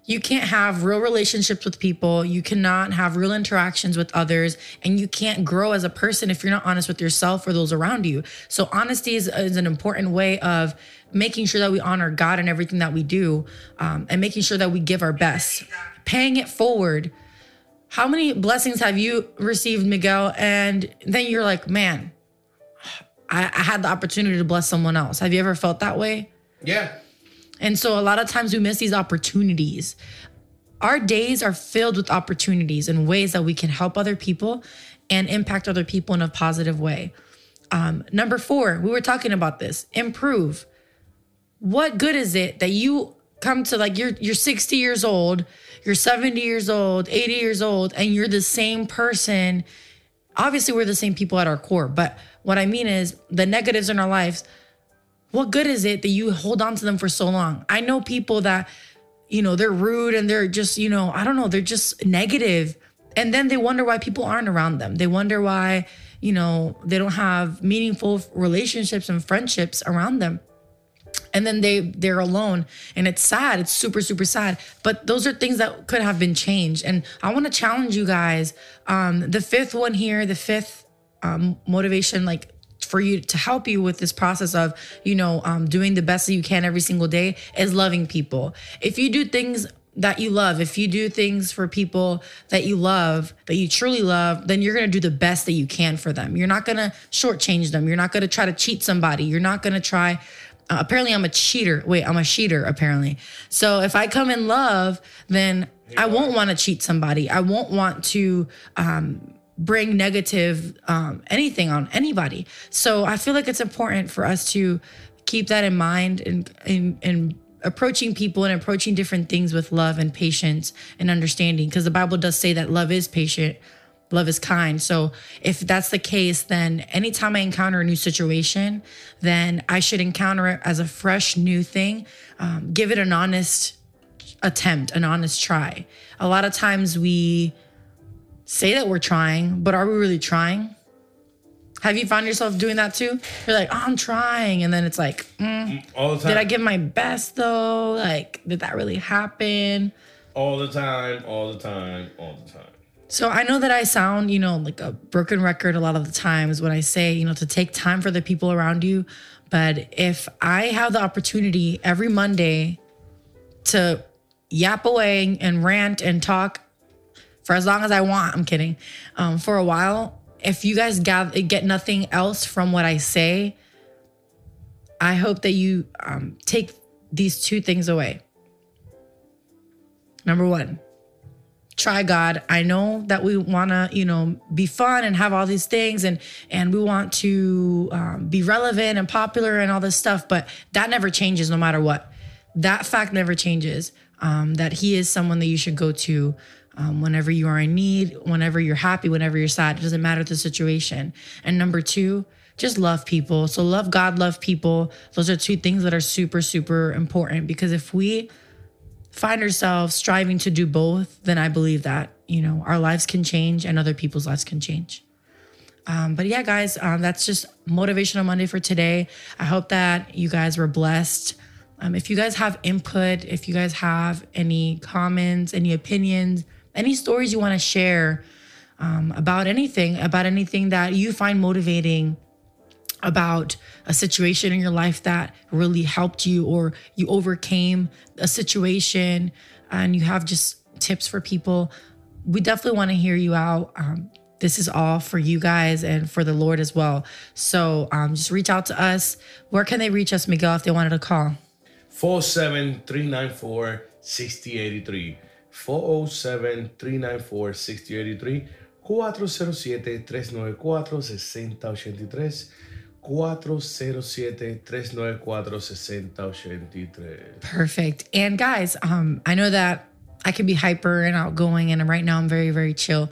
you can't have real relationships with people, you cannot have real interactions with others, and you can't grow as a person if you're not honest with yourself or those around you. So, honesty is, is an important way of making sure that we honor God in everything that we do um, and making sure that we give our best, paying it forward. How many blessings have you received, Miguel? And then you're like, man, I, I had the opportunity to bless someone else. Have you ever felt that way? Yeah. And so a lot of times we miss these opportunities. Our days are filled with opportunities and ways that we can help other people and impact other people in a positive way. Um, number four, we were talking about this improve. What good is it that you come to like you're you're 60 years old, you're 70 years old, 80 years old, and you're the same person obviously we're the same people at our core but what i mean is the negatives in our lives what good is it that you hold on to them for so long i know people that you know they're rude and they're just you know i don't know they're just negative and then they wonder why people aren't around them they wonder why you know they don't have meaningful relationships and friendships around them and then they they're alone and it's sad it's super super sad but those are things that could have been changed and i want to challenge you guys um the fifth one here the fifth um motivation like for you to help you with this process of you know um, doing the best that you can every single day is loving people if you do things that you love if you do things for people that you love that you truly love then you're going to do the best that you can for them you're not going to shortchange them you're not going to try to cheat somebody you're not going to try uh, apparently I'm a cheater. Wait, I'm a cheater apparently. So if I come in love, then I won't want to cheat somebody. I won't want to um, bring negative um, anything on anybody. So I feel like it's important for us to keep that in mind and and and approaching people and approaching different things with love and patience and understanding because the bible does say that love is patient love is kind so if that's the case then anytime i encounter a new situation then i should encounter it as a fresh new thing um, give it an honest attempt an honest try a lot of times we say that we're trying but are we really trying have you found yourself doing that too you're like oh, i'm trying and then it's like "Mm, all the time. did I give my best though? Like, did that really happen? all the time, all the time, all the time. So I know that I sound, you know, like a broken record a lot of the times when I say, you know, to take time for the people around you. But if I have the opportunity every Monday to yap away and rant and talk for as long as I want, I'm kidding, um, for a while, if you guys gather, get nothing else from what I say, I hope that you um, take these two things away. Number one, try God. I know that we want to, you know, be fun and have all these things, and and we want to um, be relevant and popular and all this stuff, but that never changes, no matter what. That fact never changes. Um, that He is someone that you should go to. Um, whenever you are in need, whenever you're happy, whenever you're sad, it doesn't matter the situation. And number two, just love people. So, love God, love people. Those are two things that are super, super important because if we find ourselves striving to do both, then I believe that, you know, our lives can change and other people's lives can change. Um, but yeah, guys, um, that's just Motivational Monday for today. I hope that you guys were blessed. Um, if you guys have input, if you guys have any comments, any opinions, any stories you want to share um, about anything, about anything that you find motivating about a situation in your life that really helped you or you overcame a situation and you have just tips for people, we definitely want to hear you out. Um, this is all for you guys and for the Lord as well. So um, just reach out to us. Where can they reach us, Miguel, if they wanted to call? 407-394-6083. 407-394-6083. 407-394-6083. 407-394-6083. Perfect. And guys, um, I know that I can be hyper and outgoing, and right now I'm very, very chill.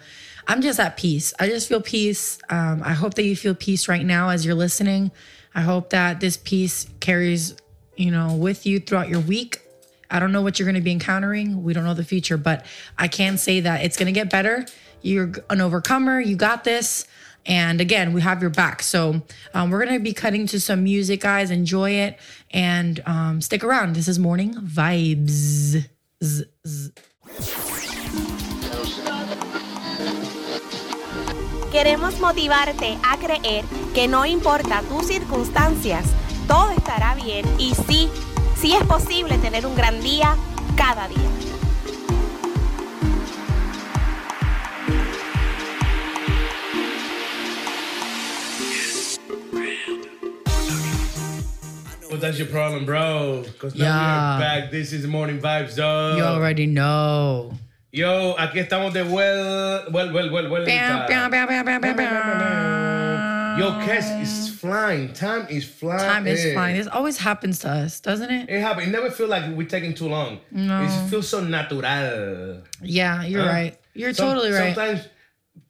I'm just at peace. I just feel peace. Um, I hope that you feel peace right now as you're listening. I hope that this peace carries, you know, with you throughout your week. I don't know what you're going to be encountering. We don't know the future, but I can say that it's going to get better. You're an overcomer. You got this. And again, we have your back. So um, we're going to be cutting to some music, guys. Enjoy it and um, stick around. This is Morning Vibes. Z- z- Queremos motivarte a creer que no importa tus circunstancias, todo estará bien y sí, sí es posible tener un gran día cada día. Well, that's your problem, bro. Cause now Yeah. we are back. This is Morning Vibes, dog. You already know. Yo, aquí estamos de vuel... Well, well, well, well. Bow, bow, bow, bow, bow, bow, bow. Yo, Kes is flying. Time is flying. Time is flying. This always happens to us, doesn't it? It happens. It never feels like we're taking too long. No. It feels so natural. Yeah, you're Huh? right. You're Some- totally right. Sometimes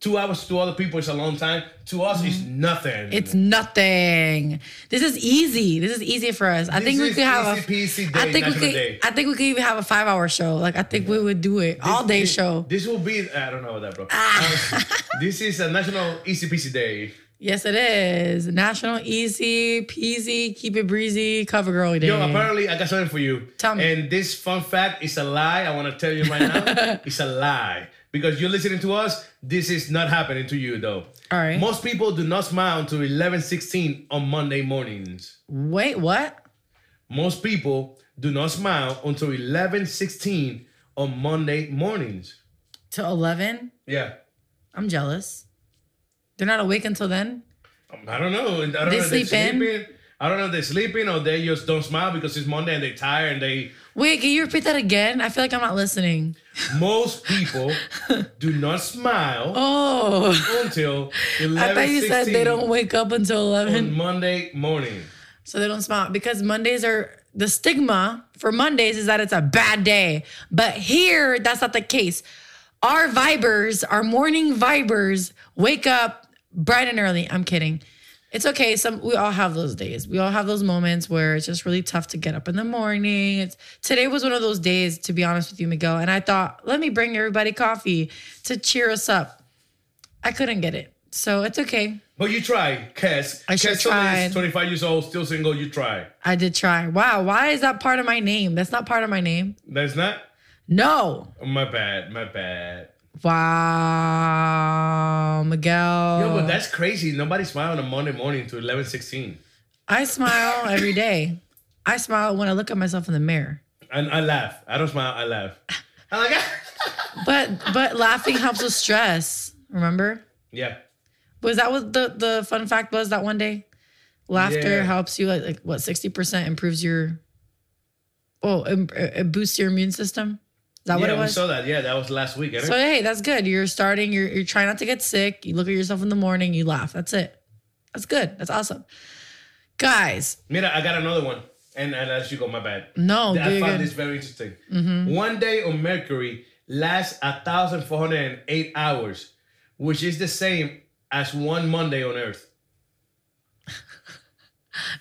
two hours to other people is a long time. To us, it's nothing. Mm-hmm. It's nothing. This is easy. This is easy for us. I This think we is could have a. easy peasy I day, think we national could. day. I think we could even have a five-hour show. Like I think we would do it all day This- show. Ah. This will be. I don't know about that, bro. Um, this is a national easy peasy day. Yes, it is National Easy Peasy Keep It Breezy Cover Girl Day. Yo, apparently I got something for you. Eh, Tell me. And this fun fact is a lie. I want to tell you right now, it's a lie because you're listening to us. This is not happening to you though. All right. Most people do not smile until 11:16 on Monday mornings. Wait, what? Most people do not smile until 11:16 on Monday mornings. To eleven? Yeah. I'm jealous. They're not awake until then. Um, I don't know. I don't know They if they're sleep in? sleeping. I don't know if they're sleeping or they just don't smile because it's Monday and they're tired and they Wait, can you repeat that again? I feel like I'm not listening. most people do not smile. Oh, until 11, I thought you said they don't wake up until eleven. on Monday morning. So they don't smile because Mondays are the stigma for Mondays is that it's a bad day. But here, that's not the case. Our vibers, our morning vibers, wake up bright and early. I'm kidding. It's okay. Some we all have those days. We all have those moments where it's just really tough to get up in the morning. It's, today was one of those days, to be honest with you, Miguel. And I thought, let me bring everybody coffee to cheer us up. I couldn't get it, so it's okay. But you try, Kes. I sure Kes Solis, tried. 25 years old, still single. You try. I did try. Wow, why is that part of my name? That's not part of my name. That's not. Oh, No. My bad. My bad. Wow, Miguel. Yo, but that's crazy. Nobody smiled on a Monday morning to 11:16. I smile every day. I smile when I look at myself in the mirror. And I laugh. I don't smile. I laugh. I'm like, ah! But but laughing helps with stress. Remember? yeah. Was that what the the fun fact was that one day? Laughter Yeah. helps you like, like what sixty percent improves your. Oh, it, it boosts your immune system. Is that what yeah, it we was? saw that. Yeah, that was last week. So hey, that's good. You're starting. You're you're trying not to get sick. You look at yourself in the morning. You laugh. That's it. That's good. That's awesome, guys. Mira, I got another one. And, and as you go, my bad. No, I you're found good. this very interesting. Mm-hmm. One day on Mercury lasts 1,408 hours, which is the same as one Monday on Earth.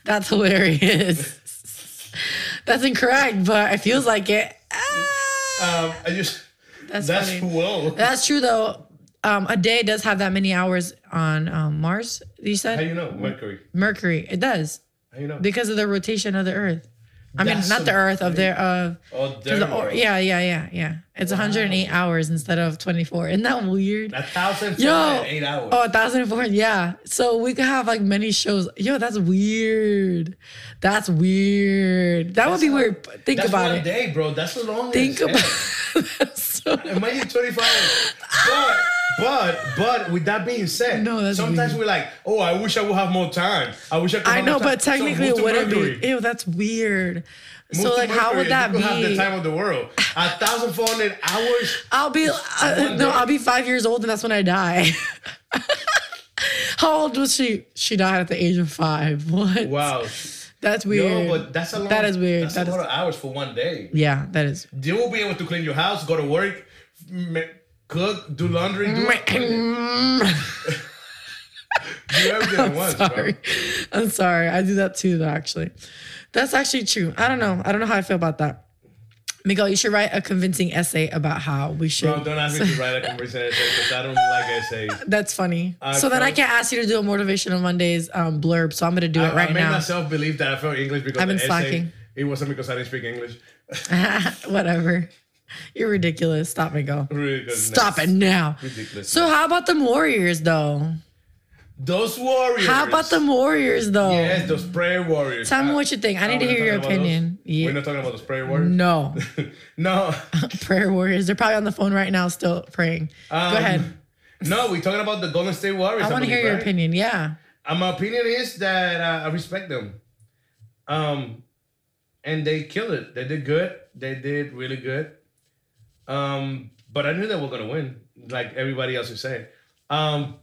That's hilarious. that's incorrect, but it feels like it. Ah, Um, I just, that's that's funny. Uh, whoa. That's true though. Um, a day does have that many hours on um, Mars. You How said you know Mercury? Mercury. It does How you know? because of the rotation of the Earth. I mean, That's not the so Earth of their of. oh, to the or- there. yeah, yeah, yeah, yeah. It's 108 hours instead of 24. Isn't that weird? A thousand Yo, eight hours. Oh, 1004. Yeah. So we could have like many shows. Yo, that's weird. That's weird. That would be weird. but Think that's about one it. day, bro. That's the longest. Think Yeah. about that's so- Imagine 25 hours. But, but, but with that being said, No, that's sometimes we're weird. like, oh, I wish I would have more time. I wish I could I have know, more time. but So technically move it to wouldn't Mercury. be. Ew, that's weird. Move So to like, how Mercury would and that you could have the be? time of the world. A thousand four hundred hours. I'll be uh, one day. no, I'll be five years old, and that's when I die. how old was she? She died at the age of five. What? Wow. That's weird. Yo, but that's a long. That is weird. That's That a is- lot of hours for one day. yeah, that is. You will be able to clean your house, go to work, m- cook, do laundry, do, Mm. do everything at once, bro. sorry. I'm sorry. I do that too, though, actually. That's actually true. I don't know. I don't know how I feel about that. Miguel, you should write a convincing essay about how we should. Bro, don't ask me to write a conversation essay because I don't like essays. That's funny. I so then I felt- can ask you to do a motivational Mondays um, blurb. So I'm gonna do I, it right I made now. myself believe that I felt English because I've been the essay, slacking. It wasn't because I didn't speak English. Whatever. You're ridiculous. Stop, Miguel. Really, 'cause Stop it now. Ridiculous. So how about the Warriors though? Those warriors. How about the Warriors though? Yes, those prayer warriors. Tell me I- what you think. I Oh, need to we're not hear your talking about opinion. those? Yeah. We're not talking about those prayer warriors. No. No, prayer warriors. They're probably on the phone right now, still praying. Um, Go ahead. no, we're talking about the Golden State Warriors. I want believe, to hear your right? opinion. Yeah. Uh, my opinion is that uh, I respect them. Um, and they killed it. They did good. They did really good. Um, but I knew they were gonna win, like everybody else is saying. Um,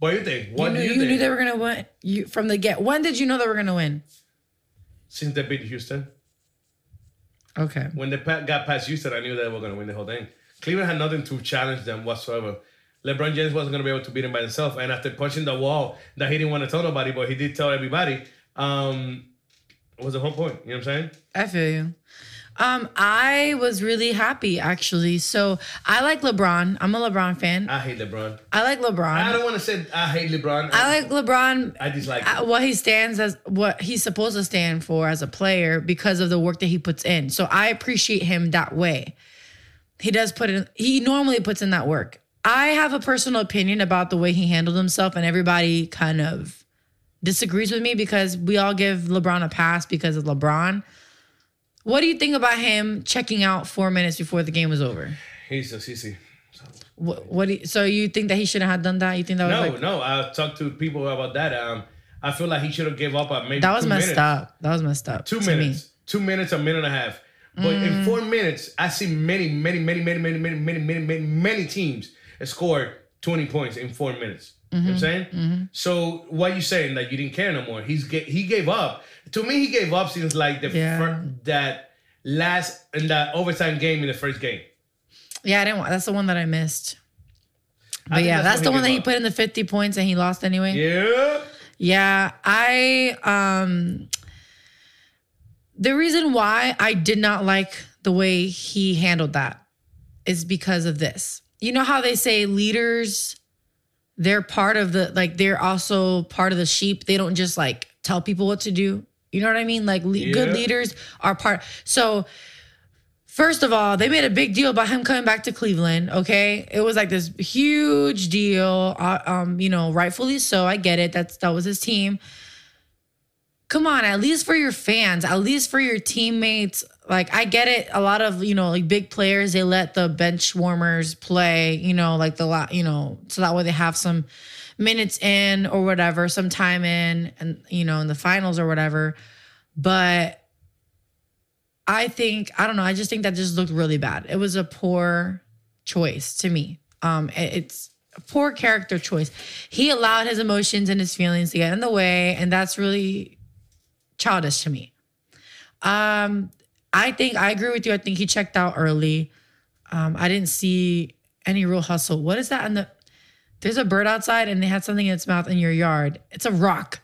what do you think? What you do knew, you, you think? knew they were gonna win you from the get. When did you know they were gonna win? Since they beat Houston, Okay. when they pa- got past Houston, I knew they were gonna win the whole thing. Cleveland had nothing to challenge them whatsoever. LeBron James wasn't gonna be able to beat him by himself, and after punching the wall that he didn't want to tell nobody, but he did tell everybody, um, was the whole point. You know what I'm saying? I feel you. Um, I was really happy actually. So I like LeBron. I'm a LeBron fan. I hate LeBron. I like LeBron. I I, don't want to say I hate LeBron. like LeBron. I dislike. uh, him. what he stands as what he's supposed to stand for as a player because of the work that he puts in. So I appreciate him that way. He does put in he normally puts in that work. I have a personal opinion about the way he handled himself and everybody kind of disagrees with me because we all give LeBron a pass because of LeBron. What do you think about him checking out 4 minutes before the game was over? He's a sissy. What, what do you, so you think that he shouldn't have done that? You think that was No, like no. I talked to people about that. Um, I feel like he should have gave up at maybe that was two messed minutes. up. That was messed up. Two to me. Mm. minutes. Two minutes. A minute and a half. But in four minutes, I see many, many, many, many, many, many, many, many, many, many teams score twenty points in four minutes. You know what Mm-hmm. I'm saying? So what you saying that you didn't care no more? He's ga- he gave up. To me, he gave up since like the Yeah. fir- that last in that overtime game in the first game. Yeah, I didn't. wa- That's the one that I missed. I But think yeah, that's, the when one that he he gave put in the 50 points and he lost anyway. up. Yeah, I um the reason why I did not like the way he handled that is because of this. You know how they say leaders they're part of the like they're also part of the sheep. They don't just like tell people what to do. You know what I mean? Like le- Yeah. good leaders are part. So First of all, they made a big deal about him coming back to Cleveland. Okay, it was like this huge deal. uh, um, you know, rightfully so. I get it. That's that was his team. Come on, at least for your fans, at least for your teammates. Like I get it. A lot of you know, like big players, they let the bench warmers play. You know, like the lot. You know, so that way they have some minutes in or whatever, some time in, and you know, in the finals or whatever. But I think I don't know. I just think that just looked really bad. It was a poor choice to me. Um, it- it's a poor character choice. He allowed his emotions and his feelings to get in the way, and that's really childish to me. Um, I think I agree with you. I think he checked out early. Um, I didn't see any real hustle. What is that? In the there's a bird outside, and they had something in its mouth in your yard. It's a rock,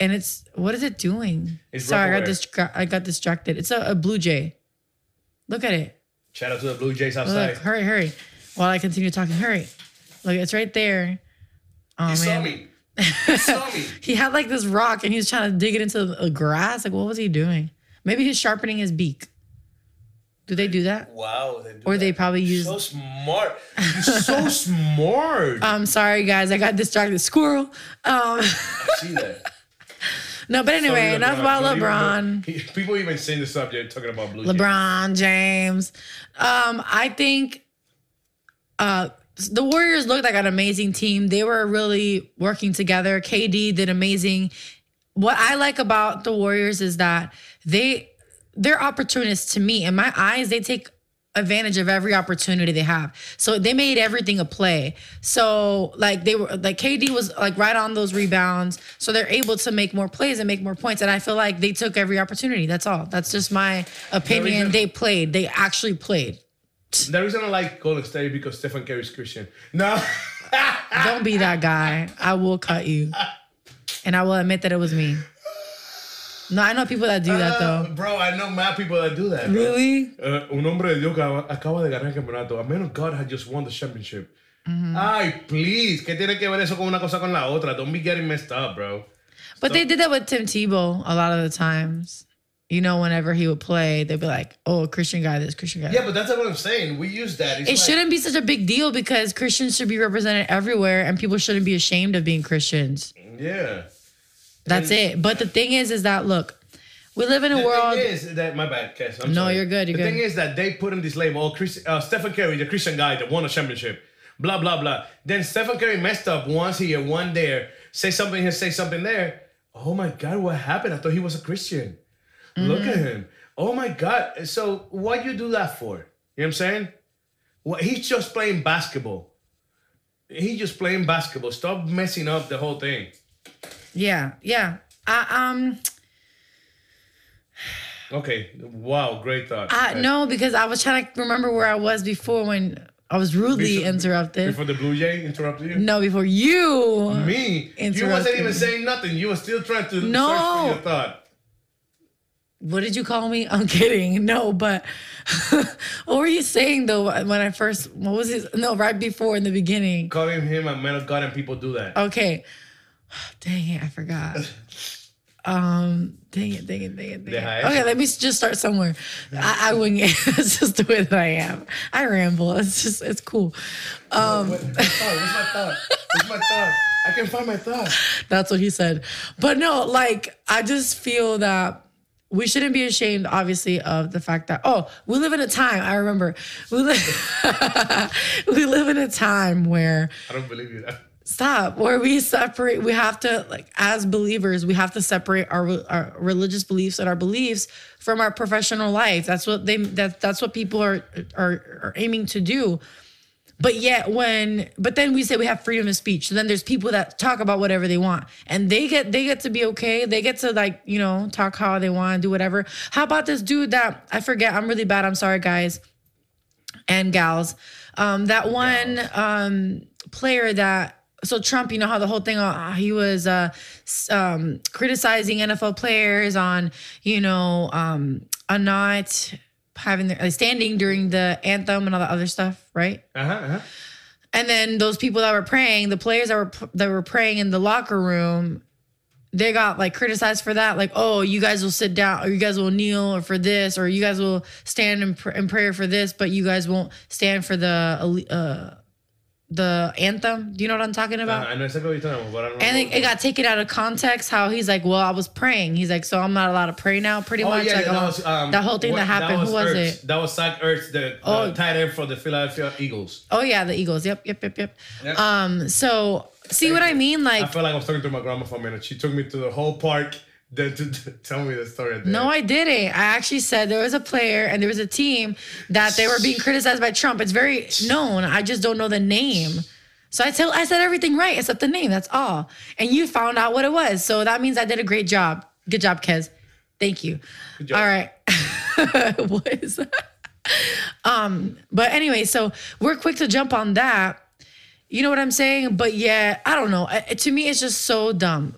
and it's what is it doing? It's Sorry, I rock got aware. distra- I got distracted. It's a, a blue jay. Look at it. Shout out to the Blue Jays Look, outside. hurry, hurry. While I continue talking, hurry. Look, it's right there. Oh he saw man. me. He saw me. He had like this rock and he was trying to dig it into the grass. Like, what was he doing? Maybe he's sharpening his beak. Do they do that? Wow. They do Or they that. probably use. So Uh. smart. You're so smart. I'm sorry, guys. I got distracted. Squirrel. Um, I see that. no, but anyway, Sorry, enough about Don't even- LeBron. don't- People even sing the subject talking about Blue Jays. LeBron James. Um, I think uh the Warriors looked like an amazing team. They were really working together. KD did amazing. What I like about the Warriors is that they they're opportunists to me. In my eyes, they take advantage of every opportunity they have. So they made everything a play. So like they were like KD was like right on those rebounds. So they're able to make more plays and make more points. And I feel like they took every opportunity. That's all. That's just my opinion. reason- They played. They actually played. The reason I like Golden State is because Stephen Curry is Christian. No. Don't be that guy. I will cut you. And I will admit that it was me. No, I know people that do that though. Bro, I know mad people that do that. bro. Really? Uh, un hombre de Dios que acaba acaba de ganar el campeonato. A menos God had just won the championship. Mm-hmm. Ay, please. ¿Qué tiene que ver eso con una cosa con la otra? Don't be getting messed up, bro. But they did that with Tim Tebow a lot of the times. You know, whenever he would play, they'd be like, "Oh, Christian guy, this Christian guy." that." Yeah, but that's what I'm saying. We use that. It's it like- shouldn't be such a big deal because Christians should be represented everywhere, and people shouldn't be ashamed of being Christians. Yeah. That's it. But the thing is, is that look, we live in a The world. thing is that my bad, Kes. I'm No, sorry. you're good, you're the good. thing is that they put in this label, oh, Chris, uh, Stephen Curry, the Christian guy that won a championship, blah blah blah. Then Stephen Curry messed up once here, one there, say something here, say something there. Oh my God, what happened? I thought he was a Christian. Mm-hmm. Look at him. Oh my God. So what you do that for? You know what I'm saying? What he's just playing basketball. He's just playing basketball. Stop messing up the whole thing. yeah, yeah. I, um, Okay. Wow. Great thought. I Okay. Ah, no, because I was trying to remember where I was before when I was rudely Before- interrupted. Before Uh-huh. the Blue Jay interrupted you. no, before you. Me? You wasn't Interrupted. even saying nothing. You were still trying to No. search for your thought. what did you call me? I'm kidding. No, but what were you saying though when I first what was his no, right before in the beginning. Calling him a man of God and people do Uh, that. Okay. Dang it, I forgot. Um dang it, dang it, dang it, dang Yeah, it. I- Okay, let me s- just start somewhere. I, I wing it. That's just the way that I am. I ramble. It's just it's cool. Um, What- what's my thought? What's my thought? What's my thought? I can find my thought. That's what he said. But no, like I just feel that we shouldn't be ashamed, obviously, of the fact that oh, we live in a time. I remember we live we live in a time where I don't believe you. Uh, stop where we separate. We have to like as believers, we have to separate our our religious beliefs and our beliefs from our professional life. That's what they that that's what people are are, are aiming to do But yet when but then we say we have freedom of speech. So then there's people that talk about whatever they want. And they get they get to be okay. They get to like, you know, talk how they want, do whatever. How about this dude that I forget, I'm really bad. I'm sorry guys and gals. Um that one um player that so Trump, you know how the whole thing uh, he was uh s- um criticizing NFL players on, you know, um on not having their uh, standing during the anthem and all the other stuff, right? Uh-huh, uh-huh. And then those people that were praying, the players that were that were praying in the locker room, they got like criticized for that. Like, oh, you guys will sit down, or you guys will kneel, or for this, or you guys will stand in, pr- in prayer for this, but you guys won't stand for the uh, the anthem. Do you know what I'm talking about? Uh, I know exactly what you're talking about, but I don't know. And it, it got taken out of context. How he's like, well, I was praying. He's like, so I'm not allowed to pray now. Pretty Oh much, yeah, like, that um, was um, that whole thing what- that happened. Who was Ertz. it? That was Zach Ertz, the Oh. uh, tight end for the Philadelphia Eagles. Oh yeah, the Eagles. Yep, yep, yep, yep. Yep. Um, so see what I mean? I Like, felt like I was talking to my grandma for a minute. She took me to the whole park. Then to, to tell me the story. at the No, end. I didn't. I actually said there was a player and there was a team that they were being criticized by Trump. It's very known. I just don't know the name. So I tell I said everything right except the name. That's all. And you found out what it was. So that means I did a great job. Good job, Kez. Thank you. job. All right. what is that? Um, but anyway, so we're quick to jump on that. You know what I'm saying? But yeah, I don't know. Uh, To me, it's just so dumb.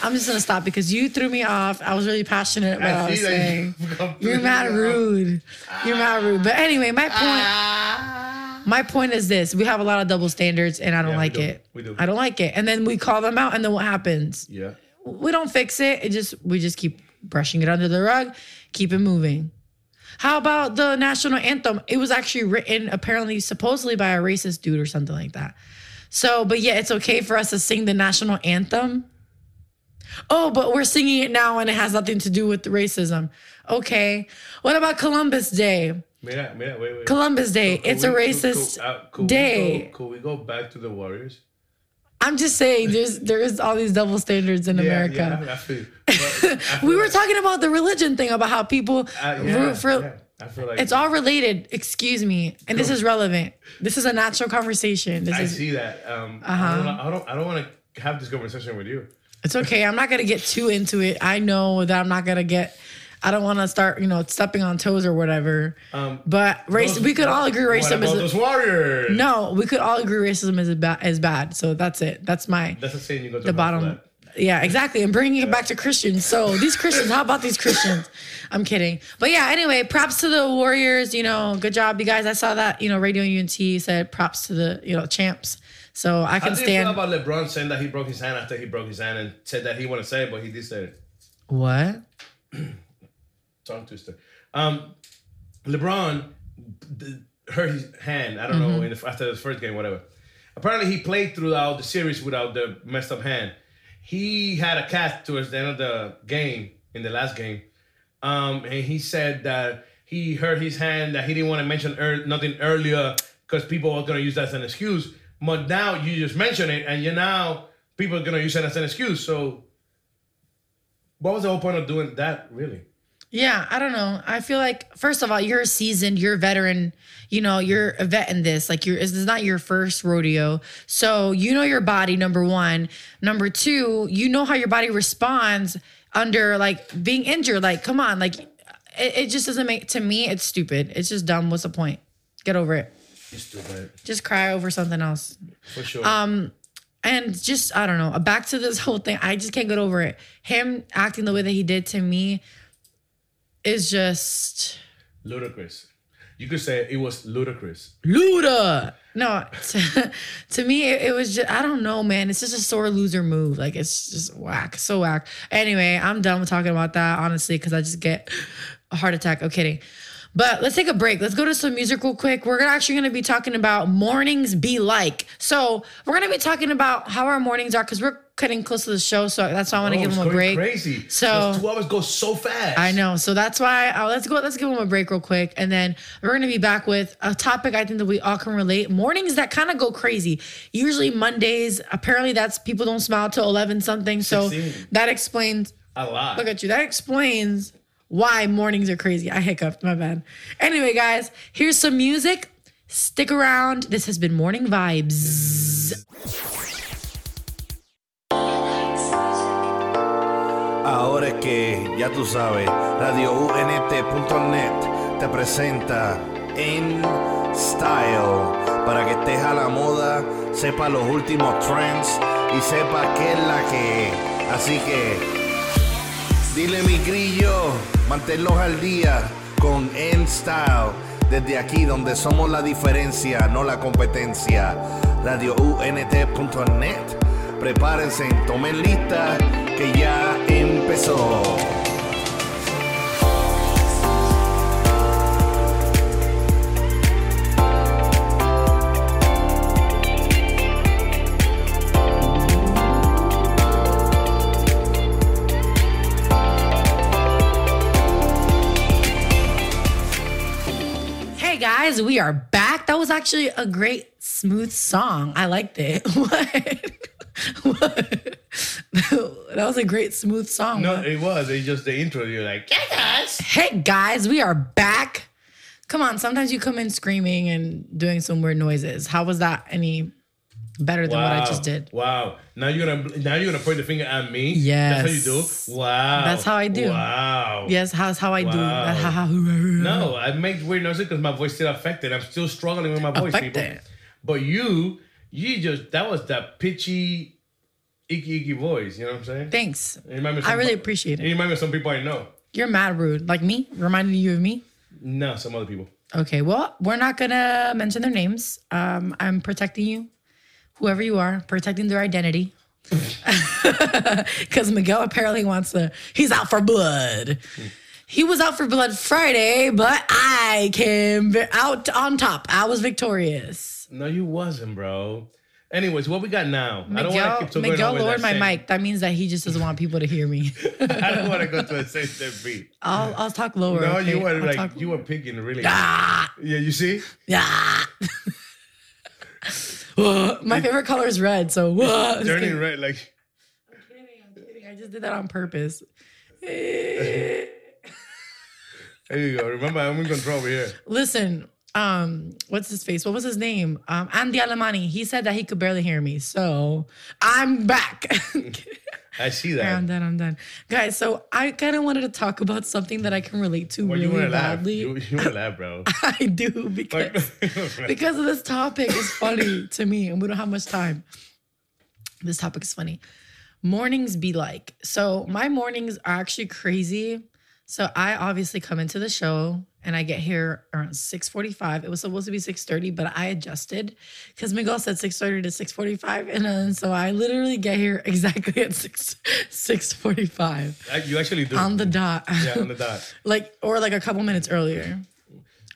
I'm just gonna stop because you threw me off. I was really passionate about what I was see that you saying. completely- You're mad rude. You're mad rude. But anyway, my point. My point is this: we have a lot of double standards, and I Ah. don't Yeah, we like do. it. We do. I don't like it. And then we call them out, and then what happens? Yeah. We don't fix it. It just we just keep brushing it under the rug, keep it moving. How about the national anthem? It was actually written apparently supposedly by a racist dude or something like that. So, but yeah, it's okay for us to sing the national anthem. Oh, but we're singing it now and it has nothing to do with racism. Okay. What about Columbus Day? Mira, mira, wait, wait. Columbus Day. Could it's a we- could- racist could- uh, could we day. go- Could we go back to the Warriors? I'm just saying there's there is all these double standards in Yeah, America. Yeah, I feel, but I feel we were like- talking about the religion thing about how people uh, yeah, root for yeah, I feel like it's all related excuse me and this is relevant this is a natural conversation this I is see that. Um, Uh-huh. I don't. wanna- I don't. I don't want to have this conversation with you. it's okay i'm not gonna get too into it i know that i'm not gonna get i don't want to start you know stepping on toes or whatever Um, but race Those- we could all agree what racism about is those Warriors. no we could all agree racism is bad is bad so that's it that's my That's the saying you go to the hell for bottom. that. Yeah, exactly. And bringing it back to Christians. So these Christians, how about these Christians? I'm kidding. But yeah, anyway, props to the Warriors. You know, good job, you guys. I saw that. You know, Radio UNT said props to the you know champs. So How I can do you feel stand. about LeBron saying that he broke his hand after he broke his hand and said that he wanted to say it, but he did say it? what? tongue twister. Um, LeBron d- hurt his hand. I don't know in the, after the first game, whatever. Apparently, he played throughout the series without the messed up hand. He had a cast towards the end of the game in the last game, um, and he said that he hurt his hand that he didn't want to mention ear nothing earlier because people are gonna use that as an excuse. But now you just mention it, and you now people are gonna use it as an excuse. So, what was the whole point of doing that, really? Yeah, I don't know. I feel like first of all, you're seasoned, you're a veteran, you know, you're a vet in this. Like you're this is not your first rodeo. So you know your body, number one. Number two, you know how your body responds under like being injured. Like, come on, like it, it just doesn't make to me it's stupid. It's just dumb. What's the point? Get over it. Just do that. Just cry over something else. For sure. Um, and just I don't know. Back to this whole thing, I just can't get over it. Him acting the way that he did to me is just ludicrous. You could say it was ludicrous. Luda. No, to, to me it, it was just I don't know, man. It's just a sore loser move. Like it's just whack, so whack. Anyway, I'm done with talking about that honestly because I just get a heart attack. I'm kidding. But let's take a break. Let's go to some music real quick. We're gonna- actually going to be talking about mornings be like. So we're going to be talking about how our mornings are because we're cutting close to the show. So that's why I want to Oh, give it's them a going break. Crazy. So- Those two hours go so fast. I know. So that's why uh, let's go. Let's give them a break real quick, and then we're gonna be back with a topic I think that we all can relate. Mornings that kind of go crazy. Usually Mondays. Apparently, that's people don't smile till eleven something. So 16. that explains. A lot. Look at you. That explains why mornings are crazy. I hiccuped. My bad. Anyway, guys, here's some music. Stick around. This has been Morning Vibes. Ahora es que, ya tú sabes, radiount.net te presenta En Style para que estés a la moda, sepa los últimos trends y sepa qué es la que es. Así que, dile mi grillo, manténlos al día con En Style. Desde aquí donde somos la diferencia, no la competencia. Radiount.net. Prepárense, tomen lista, que ya empezó. Hey guys, we are back. That was actually a great, smooth song. I liked it. What? what? that was a great, smooth song. No, it was. It's just the intro. You're like, yeah, guys. Hey guys, we are back. Come on, sometimes you come in screaming and doing some weird noises. How was that any better than what I just did? Wow. Now you're gonna now you're gonna point the finger at me. Yes. That's how you do. Wow. That's how I do. Wow. Yes, how's how I do. Wow. How- how- No, I make weird noises because my voice still affected. I'm still struggling with my voice, Affected. people. But you, you just that was that pitchy, icky icky voice. You know what I'm saying? Thanks. It remind me of I some- really appreciate You it. remember some people I know? You're mad rude. Like me? Reminded you of me? No, some other people. Okay, well, we're not gonna mention their names. Um, I'm protecting you, whoever you are, protecting their identity. Because Miguel apparently wants to, he's out for blood. He was out for blood Friday, but I came vi- out on top. I was victorious. No, you wasn't, bro. Anyways, what we got now? I don't want to Miguel, keep so going Miguel over lowered my that same- mic. That means that he just doesn't want people to hear me. I don't want to go to the same step beat. I'll, I'll talk lower. No, okay? you were I'll like talk- you were picking really. Ah, Yeah, you see? ah. my favorite color is red, so. Turning red like I just did that on purpose. there you go. Remember, I'm in control over here. Listen, um, what's his face? What was his name? Um, Andy Alemani. He said that he could barely hear me, so I'm back. I see that. I'm done. I'm done, guys. So I kind of wanted to talk about something that I can relate to Well, you really wanna laugh. badly. You, you wanna laugh, bro. I do because because of this topic is funny to me, and we don't have much time. This topic is funny. Mornings be like. So my mornings are actually crazy. So I obviously come into the show and I get here around 6:45. It was supposed to be 6:30, but I adjusted because Miguel said 6:30 to 6:45, and then so I literally get here exactly at 6 6:45 I- you actually do. on the dot. yeah, on the dot. like or like a couple minutes earlier.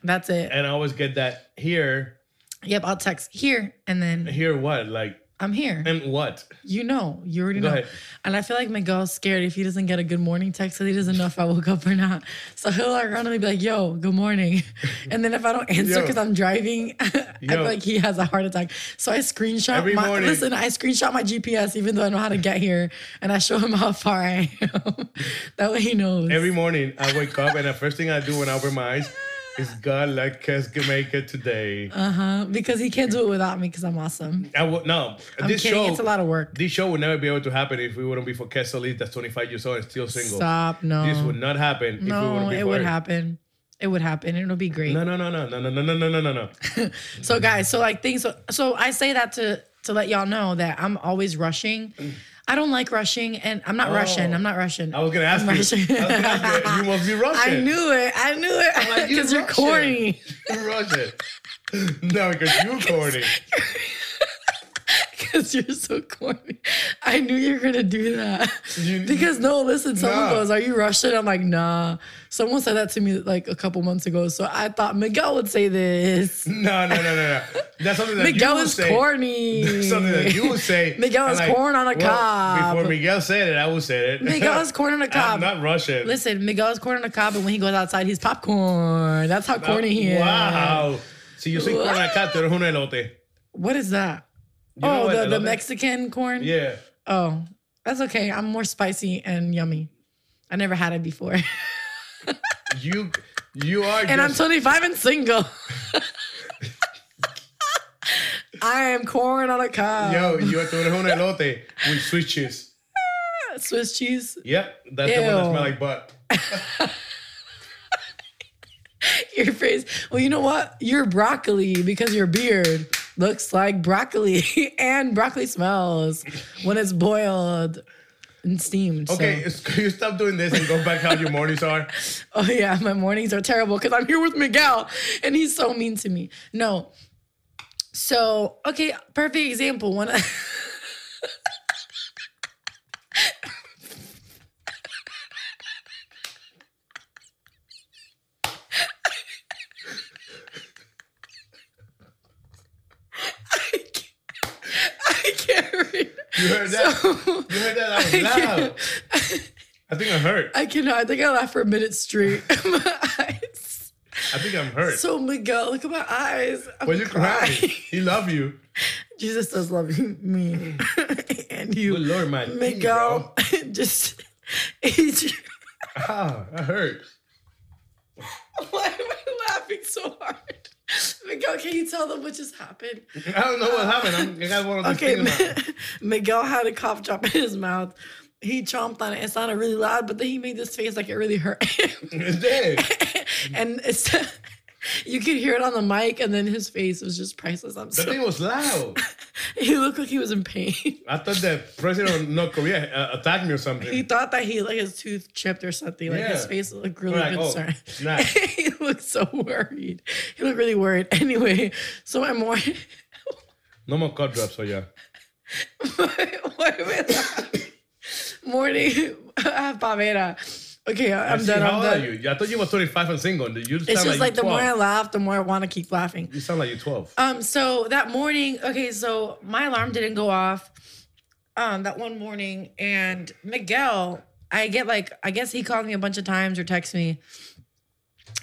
That's it. And I always get that here, Yep, I'll text here and then here what? Like, I'm here. and what? You know, you already Go know. ahead. And I feel like Miguel's scared if he doesn't get a good morning text because he doesn't know if I woke up or not. So he'll like randomly be like, yo, good morning. And then if I don't answer Yo. because I'm driving, I Yo. feel like he has a heart attack. So I screenshot Every my morning. listen, I screenshot my GPS even though I know how to get here and I show him how far I am. that way he knows. Every morning I wake up and the first thing I do when I open my eyes is God like us can make it today. Uh, because he can't do it without me because I'm awesome. I would no. I'm this kidding, show it's a lot of work. This show would never be able to happen if we wouldn't be for Kesalit that's 25 years old and still single. Stop, no. This would not happen if we No, wouldn't be it for would her. happen. It would happen. It'll be great. No, no, no, no, no, no, no, no, no, no, no. So guys, so like things so, so I say that to to let y'all know that I'm always rushing. I don't like rushing and I'm not rushing. I'm not rushing. Oh. I was gonna ask I'm you. I was gonna ask you. You must be Russian. I knew it. I knew it. like, you Because you're Russian. corny. You're Russian. No, because you're corny. Because you're so corny. I knew you were gonna do that. You- because no, listen, someone Nah. goes, Are you Russian? I'm like, nah. Someone said that to me like a couple months ago. So I thought Miguel would say this. No, no, no, no, no. That's something that Miguel you would is say. corny. That's something that you would say. Miguel I'm is corn on a well, cob. Before Miguel said it, I would say it. Miguel is corn on a cob. I'm not Russian. Listen, Miguel's corn on the cob, and when he goes outside, he's popcorn. That's how corny he is. Uh, Wow. Si yo soy corn on a cob, tú eres un elote. What is that? know oh, what the, the elote- Mexican corn? Yeah. Oh, that's okay. I'm more spicy and yummy. I never had it before. You you are and I'm just- 25 and single. I am corn on a cob. Yo, yo, tú eres un elote with switches. Swiss cheese. Yep, that's the one that Ew. smells like butt. Your face. Well, you know what? Your broccoli, because your beard looks like broccoli, and broccoli smells when it's boiled and steamed. so- Okay, it's- can you stop doing this and go back how your mornings are? Oh yeah, my mornings are terrible because I'm here with Miguel and he's so mean to me. No. So, okay, perfect example. One I can't- I can't read. You heard that? So- you heard that out I loud. can't- I think I'm hurt. I cannot. I think I laughed for a minute straight. My eyes. I think I'm hurt. So Miguel, look at my eyes. I'm Why you crying? crying. He love you. Jesus does love you, me and you. Good Lord, my knee, Miguel, just it's- Ah, I hurt. why am I laughing so hard? Miguel, can you tell them what just happened? I don't know what happened. I'm, I got one of those Okay, things. in my- Miguel had a cough drop in his mouth. He chomped on it. It sounded really loud, but then he made this face like it really hurt him. It's dead. and it's you could hear it on the mic, and then his face was just priceless. I'm That so, thing was loud. he looked like he was in pain. I thought the president of North Korea uh, attacked me or something. He thought that he like his tooth chipped or something. Like his Yeah. face looked really Like, oh, concerned. snap. he looked so worried. He looked really worried. Anyway, so my morning. no more cut drops for you. Why am I laughing? morning, ah, Pavera. Okay, I- I'm See, done. How I'm old done. are you? I thought you were 25 and single. You sound It's just like, like the you're 12. more I laugh, the more I want to keep laughing. You sound like you're 12. Um, so that morning, okay, so my alarm didn't go off. Um, that one morning, and Miguel, I get like, I guess he called me a bunch of times or texted me.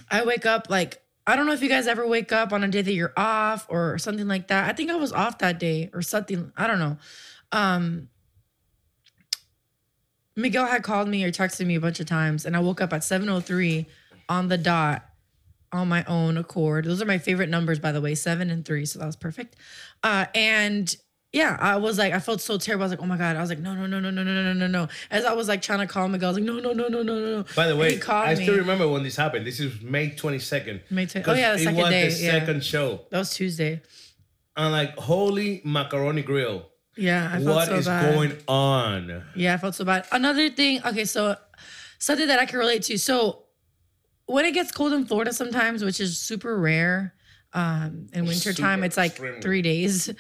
I wake up like, I don't know if you guys ever wake up on a day that you're off or something like that. I think I was off that day or something. I don't know. Um, Miguel had called me or texted me a bunch of times, and I woke up at 7:03 on the dot on my own accord. Those are my favorite numbers, by the way, seven and three. So that was perfect. Uh, and yeah, I was like, I felt so terrible. I was like, oh my God. I was like, no, no, no, no, no, no, no, no, no. As I was like trying to call Miguel, I was like, no, no, no, no, no, no, no. By the And way, he called I me. still remember when this happened. This is May 22nd. May 20 'Cause oh, yeah, the it second was day, the yeah. second show. That was Tuesday. I'm like, holy macaroni grill. Yeah, I What felt is so bad. going on? Yeah, I felt so bad. Another thing, okay, so something that I can relate to. So when it gets cold in Florida sometimes, which is super rare, um, in wintertime, Super, it's like extremely. three days,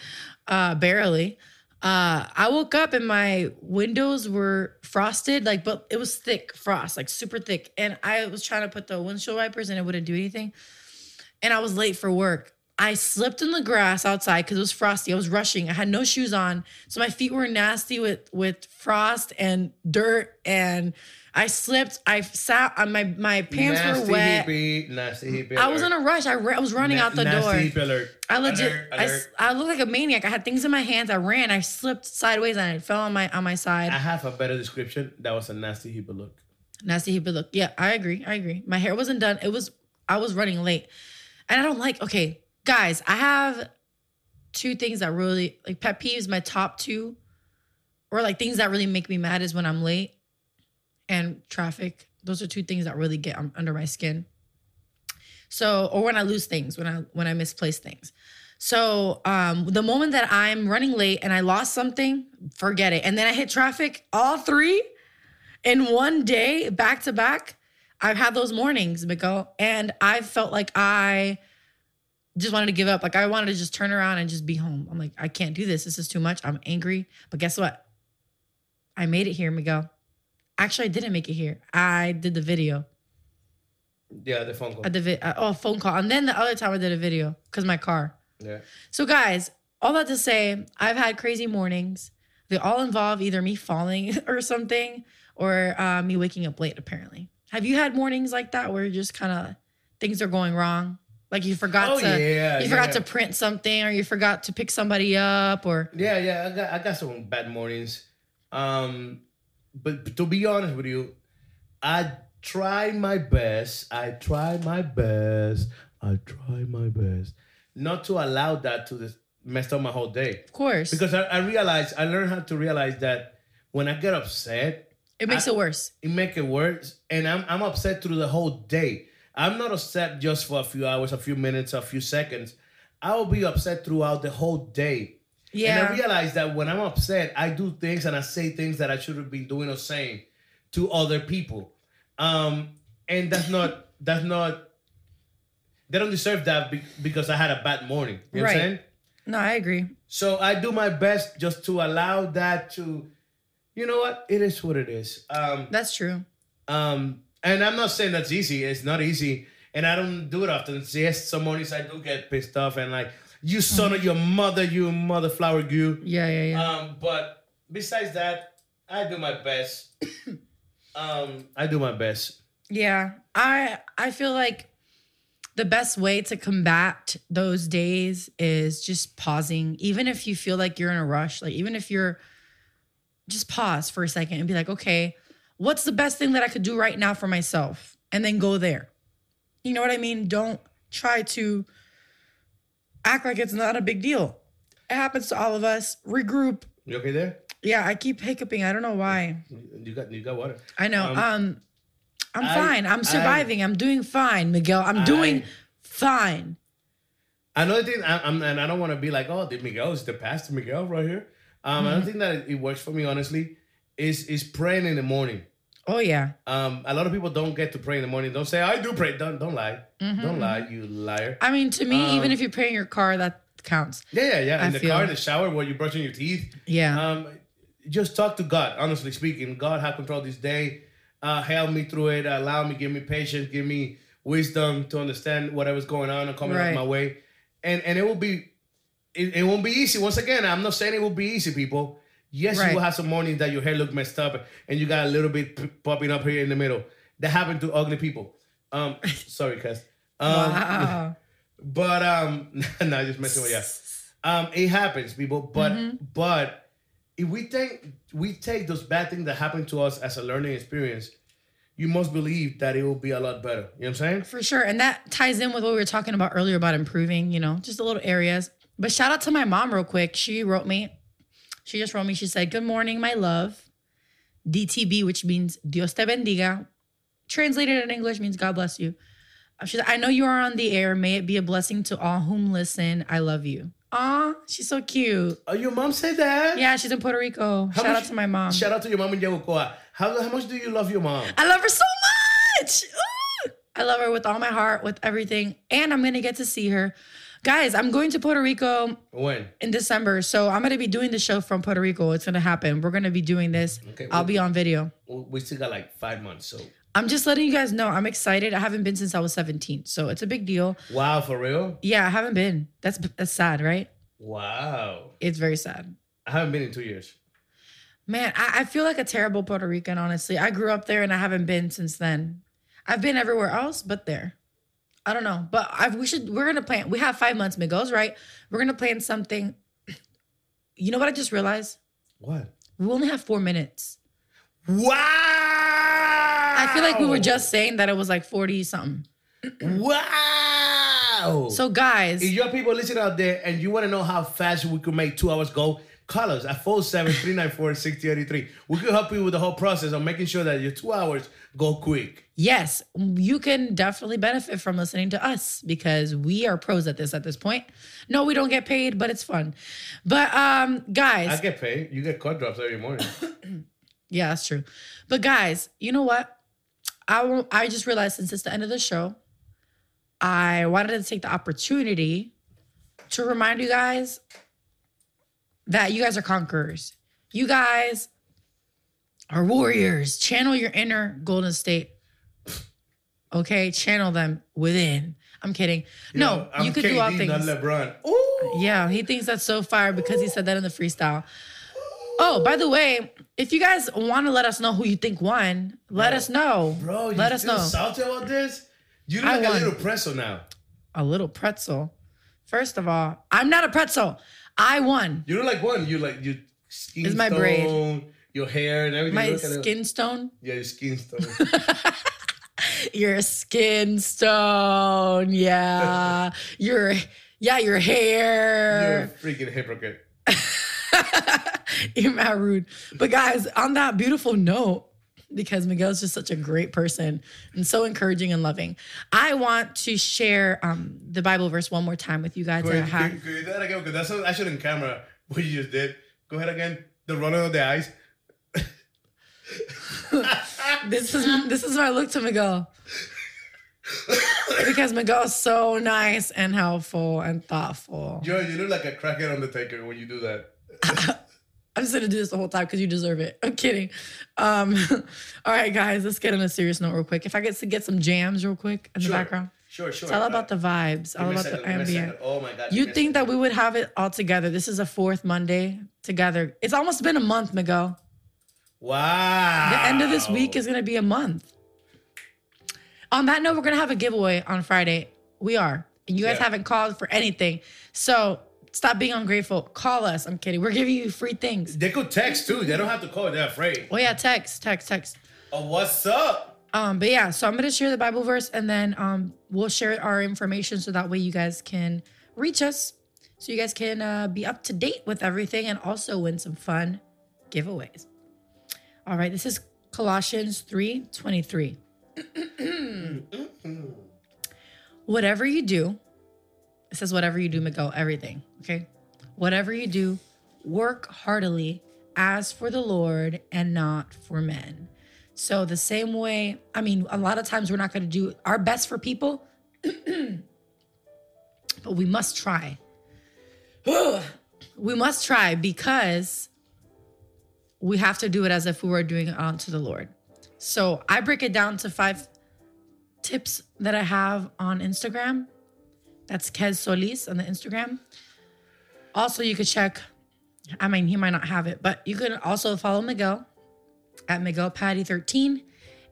uh, barely. Uh, I woke up and my windows were frosted, like, but it was thick frost, like super thick. And I was trying to put the windshield wipers and it wouldn't do anything. And I was late for work. I slipped in the grass outside because it was frosty. I was rushing. I had no shoes on, so my feet were nasty with with frost and dirt. And I slipped. I sat on my my pants nasty were wet. hippie, nasty hippie. I was in a rush. I, ra- I was running out the door. nasty Hippie alert. I legit, Alert, I, s- alert. I looked like a maniac. I had things in my hands. I ran. I slipped sideways and I fell on my on my side. I have a better description. That was a nasty hippie look. Nasty hippie look. Yeah, I agree. I agree. My hair wasn't done. It was I was running late. And I don't like, okay, guys, I have two things that really like pet peeves, my top two, or like things that really make me mad is when I'm late and traffic. Those are two things that really get um, under my skin. So, or when I lose things, when I when I misplace things. So um, the moment that I'm running late and I lost something, forget it. And then I hit traffic, all three in one day, back to back. I've had those mornings, Miguel, and I felt like I just wanted to give up. Like I wanted to just turn around and just be home. I'm like, I can't do this. This is too much. I'm angry. But guess what? I made it here, Miguel. Actually, I didn't make it here. I did the video. Yeah, the phone call. I did vi- uh, oh phone call, and then the other time I did a video because my car. yeah. So, guys, all that to say, I've had crazy mornings. They all involve either me falling or something, or uh, me waking up late. Apparently, have you had mornings like that where you're just kind of things are going wrong? Like you forgot Oh, to yeah, you forgot yeah. to print something, or you forgot to pick somebody up, or Yeah, yeah, I got I got some bad mornings. Um but, but to be honest with you, I try my best. I try my best. I try my best not to allow that to this, messed up my whole day. Of course. Because I, I realized, I learned how to realize that when I get upset, it makes I- it worse. it make it worse. And I'm, I'm upset through the whole day. I'm not upset just for a few hours, a few minutes, a few seconds. I will be upset throughout the whole day. And I Yeah. realize that when I'm upset, I do things and I say things that I shouldn't be doing or saying to other people. Um, and that's not, that's not, they don't deserve that be- because I had a bad morning. You know what I'm Right. saying? No, I agree. So I do my best just to allow that to, you know what? It is what it is. Um, That's true. um, and I'm not saying that's easy. It's not easy, and I don't do it often. Yes, some mornings I do get pissed off and like, you son Mm-hmm. of your mother, you mother flower goo. Yeah, yeah, yeah. Um, but besides that, I do my best. um, I do my best. Yeah, I I feel like the best way to combat those days is just pausing. Even if you feel like you're in a rush, like even if you're just pause for a second and be like, "Okay, what's the best thing that I could do right now for myself?" and then go there. You know what I mean? Don't try to act like it's not a big deal. It happens to all of us. Regroup. You okay there? Yeah, I keep hiccuping. I don't know why. You got you got water. I know. Um, I'm I- fine. I- I'm surviving. I, am doing fine, Miguel. I'm doing fine. Another thing, I, I'm, and I don't want to be like, oh, the Miguel is the pastor Miguel right here. Um, another Mm-hmm. thing that it works for me honestly is is praying in the morning. Oh yeah. Um, a lot of people don't get to pray in the morning. Don't say I do pray. Don't don't lie. Mm-hmm, Don't lie, you liar. I mean, to me, Um, even if you pray in your car, that counts. yeah, yeah, yeah. I In the feel- car, in the shower, while you're brushing your teeth. Yeah. Um, just talk to God. Honestly speaking, God have control this day. Uh, help me through it. Allow me. Give me patience. Give me wisdom to understand whatever's going on and coming Right. up my way. And and it will be, it, it won't be easy. Once again, I'm not saying it will be easy, people. Yes, Right. you will have some mornings that your hair look messed up and you got a little bit p- popping up here in the middle. That happened to ugly people. Um, sorry, cuz. Um, wow. but um, no, just messing with you. Um, it happens, people. But Mm-hmm. but if we think we take those bad things that happen to us as a learning experience, you must believe that it will be a lot better. You know what I'm saying? For sure. And that ties in with what we were talking about earlier about improving, you know, just the little areas. But shout out to my mom, real quick. She wrote me, she just wrote me, she said, Good morning, my love. DTB, which means Dios te bendiga. Translated in English means God bless you. Uh, She said, I know you are on the air. May it be a blessing to all whom listen. I love you. Aw, she's so cute. Oh, your mom said that. Yeah, she's in Puerto Rico. How shout out much- to my mom. Shout out to your mom in Yabucoa. How how much do you love your mom? I love her so much. Ooh. I love her with all my heart, with everything. And I'm going to get to see her. Guys, I'm going to Puerto Rico When? in December. So I'm going to be doing the show from Puerto Rico. It's going to happen. We're going to be doing this. Okay, I'll we- be on video. We we still got like five months. So I'm just letting you guys know I'm excited. I haven't been since I was 17. So it's a big deal. wow, for real? Yeah, I haven't been. That's, that's sad, right? Wow, It's very sad. I haven't been in two years. Man, I, I feel like a terrible Puerto Rican, honestly. I grew up there and I haven't been since then. I've been everywhere else but there. I don't know. But I we should we're gonna plan. We have five months, Migos, right? We're gonna plan something. You know what I just realized? What? We only have four minutes. Wow! I feel like we were just saying that it was like 40 something. wow. So guys, If your people listening out there and you want to know how fast we could make two hours go, call us at 407 394 6083. We could help you with the whole process of making sure that your two hours go quick. yes, you can definitely benefit from listening to us because we are pros at this at this point. No, we don't get paid, but it's fun. But um guys, I get paid. You get cut drops every morning. Yeah, that's true. But guys, you know what? I won't- I just realized since it's the end of the show, I wanted to take the opportunity to remind you guys that you guys are conquerors. You guys are warriors. Channel your inner Golden State. Okay, channel them within. I'm kidding. no, I'm you could KD, do all Not things. LeBron. Ooh. Yeah, he thinks that's so fire because he said that in the freestyle. Oh, by the way, if you guys want to let us know who you think won, let us know. Bro, you let us still know. salty about this? You look I like a won. little presso now. a little pretzel. First of all, I'm not a pretzel. I won. You look like one. You like you skin It's my tone, braid. your hair and everything. You My look at it- skin stone. Yeah, your skin stone. Your skin stone. Yeah. your Yeah, You're your a hair. freaking hypocrite. You're mad rude. But guys, on that beautiful note, because Miguel's just such a great person and so encouraging and loving, I want to share um, the Bible verse one more time with you guys. Go that I ahead, have. can, can you do that again? Because that's actually in camera what you just did. Go ahead again. The rolling of the eyes. This is this is why I look to Miguel. because Miguel's so nice and helpful and thoughtful. Yo, you look like a crackhead undertaker when you do that. I'm just gonna do this the whole time because you deserve it. I'm kidding. Um, all right, guys, let's get on a serious note real quick. If I get to get some jams real quick in the background, Sure, sure. it's all about Uh, the vibes, all give me a about the second, give me a second. ambient. Oh my god. You give me a think that second. we would have it all together? This is a fourth Monday together. It's almost been a month, Miguel. Wow. The end of this week is gonna be a month. On that note, we're gonna have a giveaway on Friday. We are. And you guys Yeah. haven't called for anything. So stop being ungrateful. Call us. I'm kidding. We're giving you free things. They could text too. They don't have to call. They're afraid. Oh yeah, text, text, text. Oh, what's up? Um, but yeah, so I'm gonna share the Bible verse and then um we'll share our information so that way you guys can reach us. So you guys can uh, be up to date with everything and also win some fun giveaways. All right, this is Colossians 3 23. whatever you do, it says whatever you do, Miguel, everything, okay? Whatever you do, work heartily as for the Lord and not for men. So the same way, I mean, a lot of times we're not going to do our best for people, but we must try. we must try because we have to do it as if we were doing it unto the Lord. So I break it down to five tips that I have on Instagram. That's Kez Solis on the Instagram. Also, you could check. I mean, he might not have it, but you could also follow Miguel at Miguel Patty 13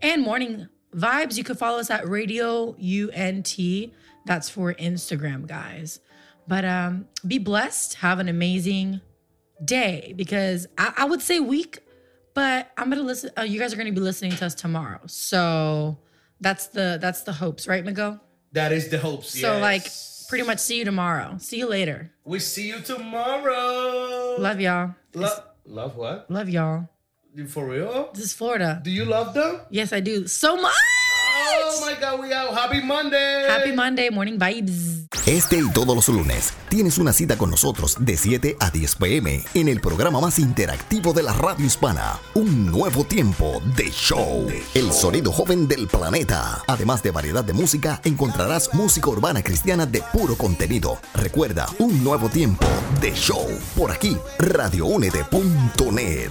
and Morning Vibes. You could follow us at Radio UNT. That's for Instagram, guys. But um, be blessed. Have an amazing day because I, I would say week, but I'm gonna listen. Uh, you guys are gonna be listening to us tomorrow, so that's the that's the hopes, right, Miguel? That is the hopes. So like, yes. pretty much see you tomorrow. See you later. We see you tomorrow. Love y'all. Love. Love what? Love y'all. You For real? This is Florida. Do you love them? Yes, I do so much. Oh my God, we out. Happy Monday. Happy Monday morning vibes. Este y todos los lunes tienes una cita con nosotros de 7 a 10 pm en el programa más interactivo de la radio hispana, Un Nuevo Tiempo de Show. El sonido joven del planeta. Además de variedad de música, encontrarás música urbana cristiana de puro contenido. Recuerda, Un Nuevo Tiempo de Show. Por aquí, radioúnete.net.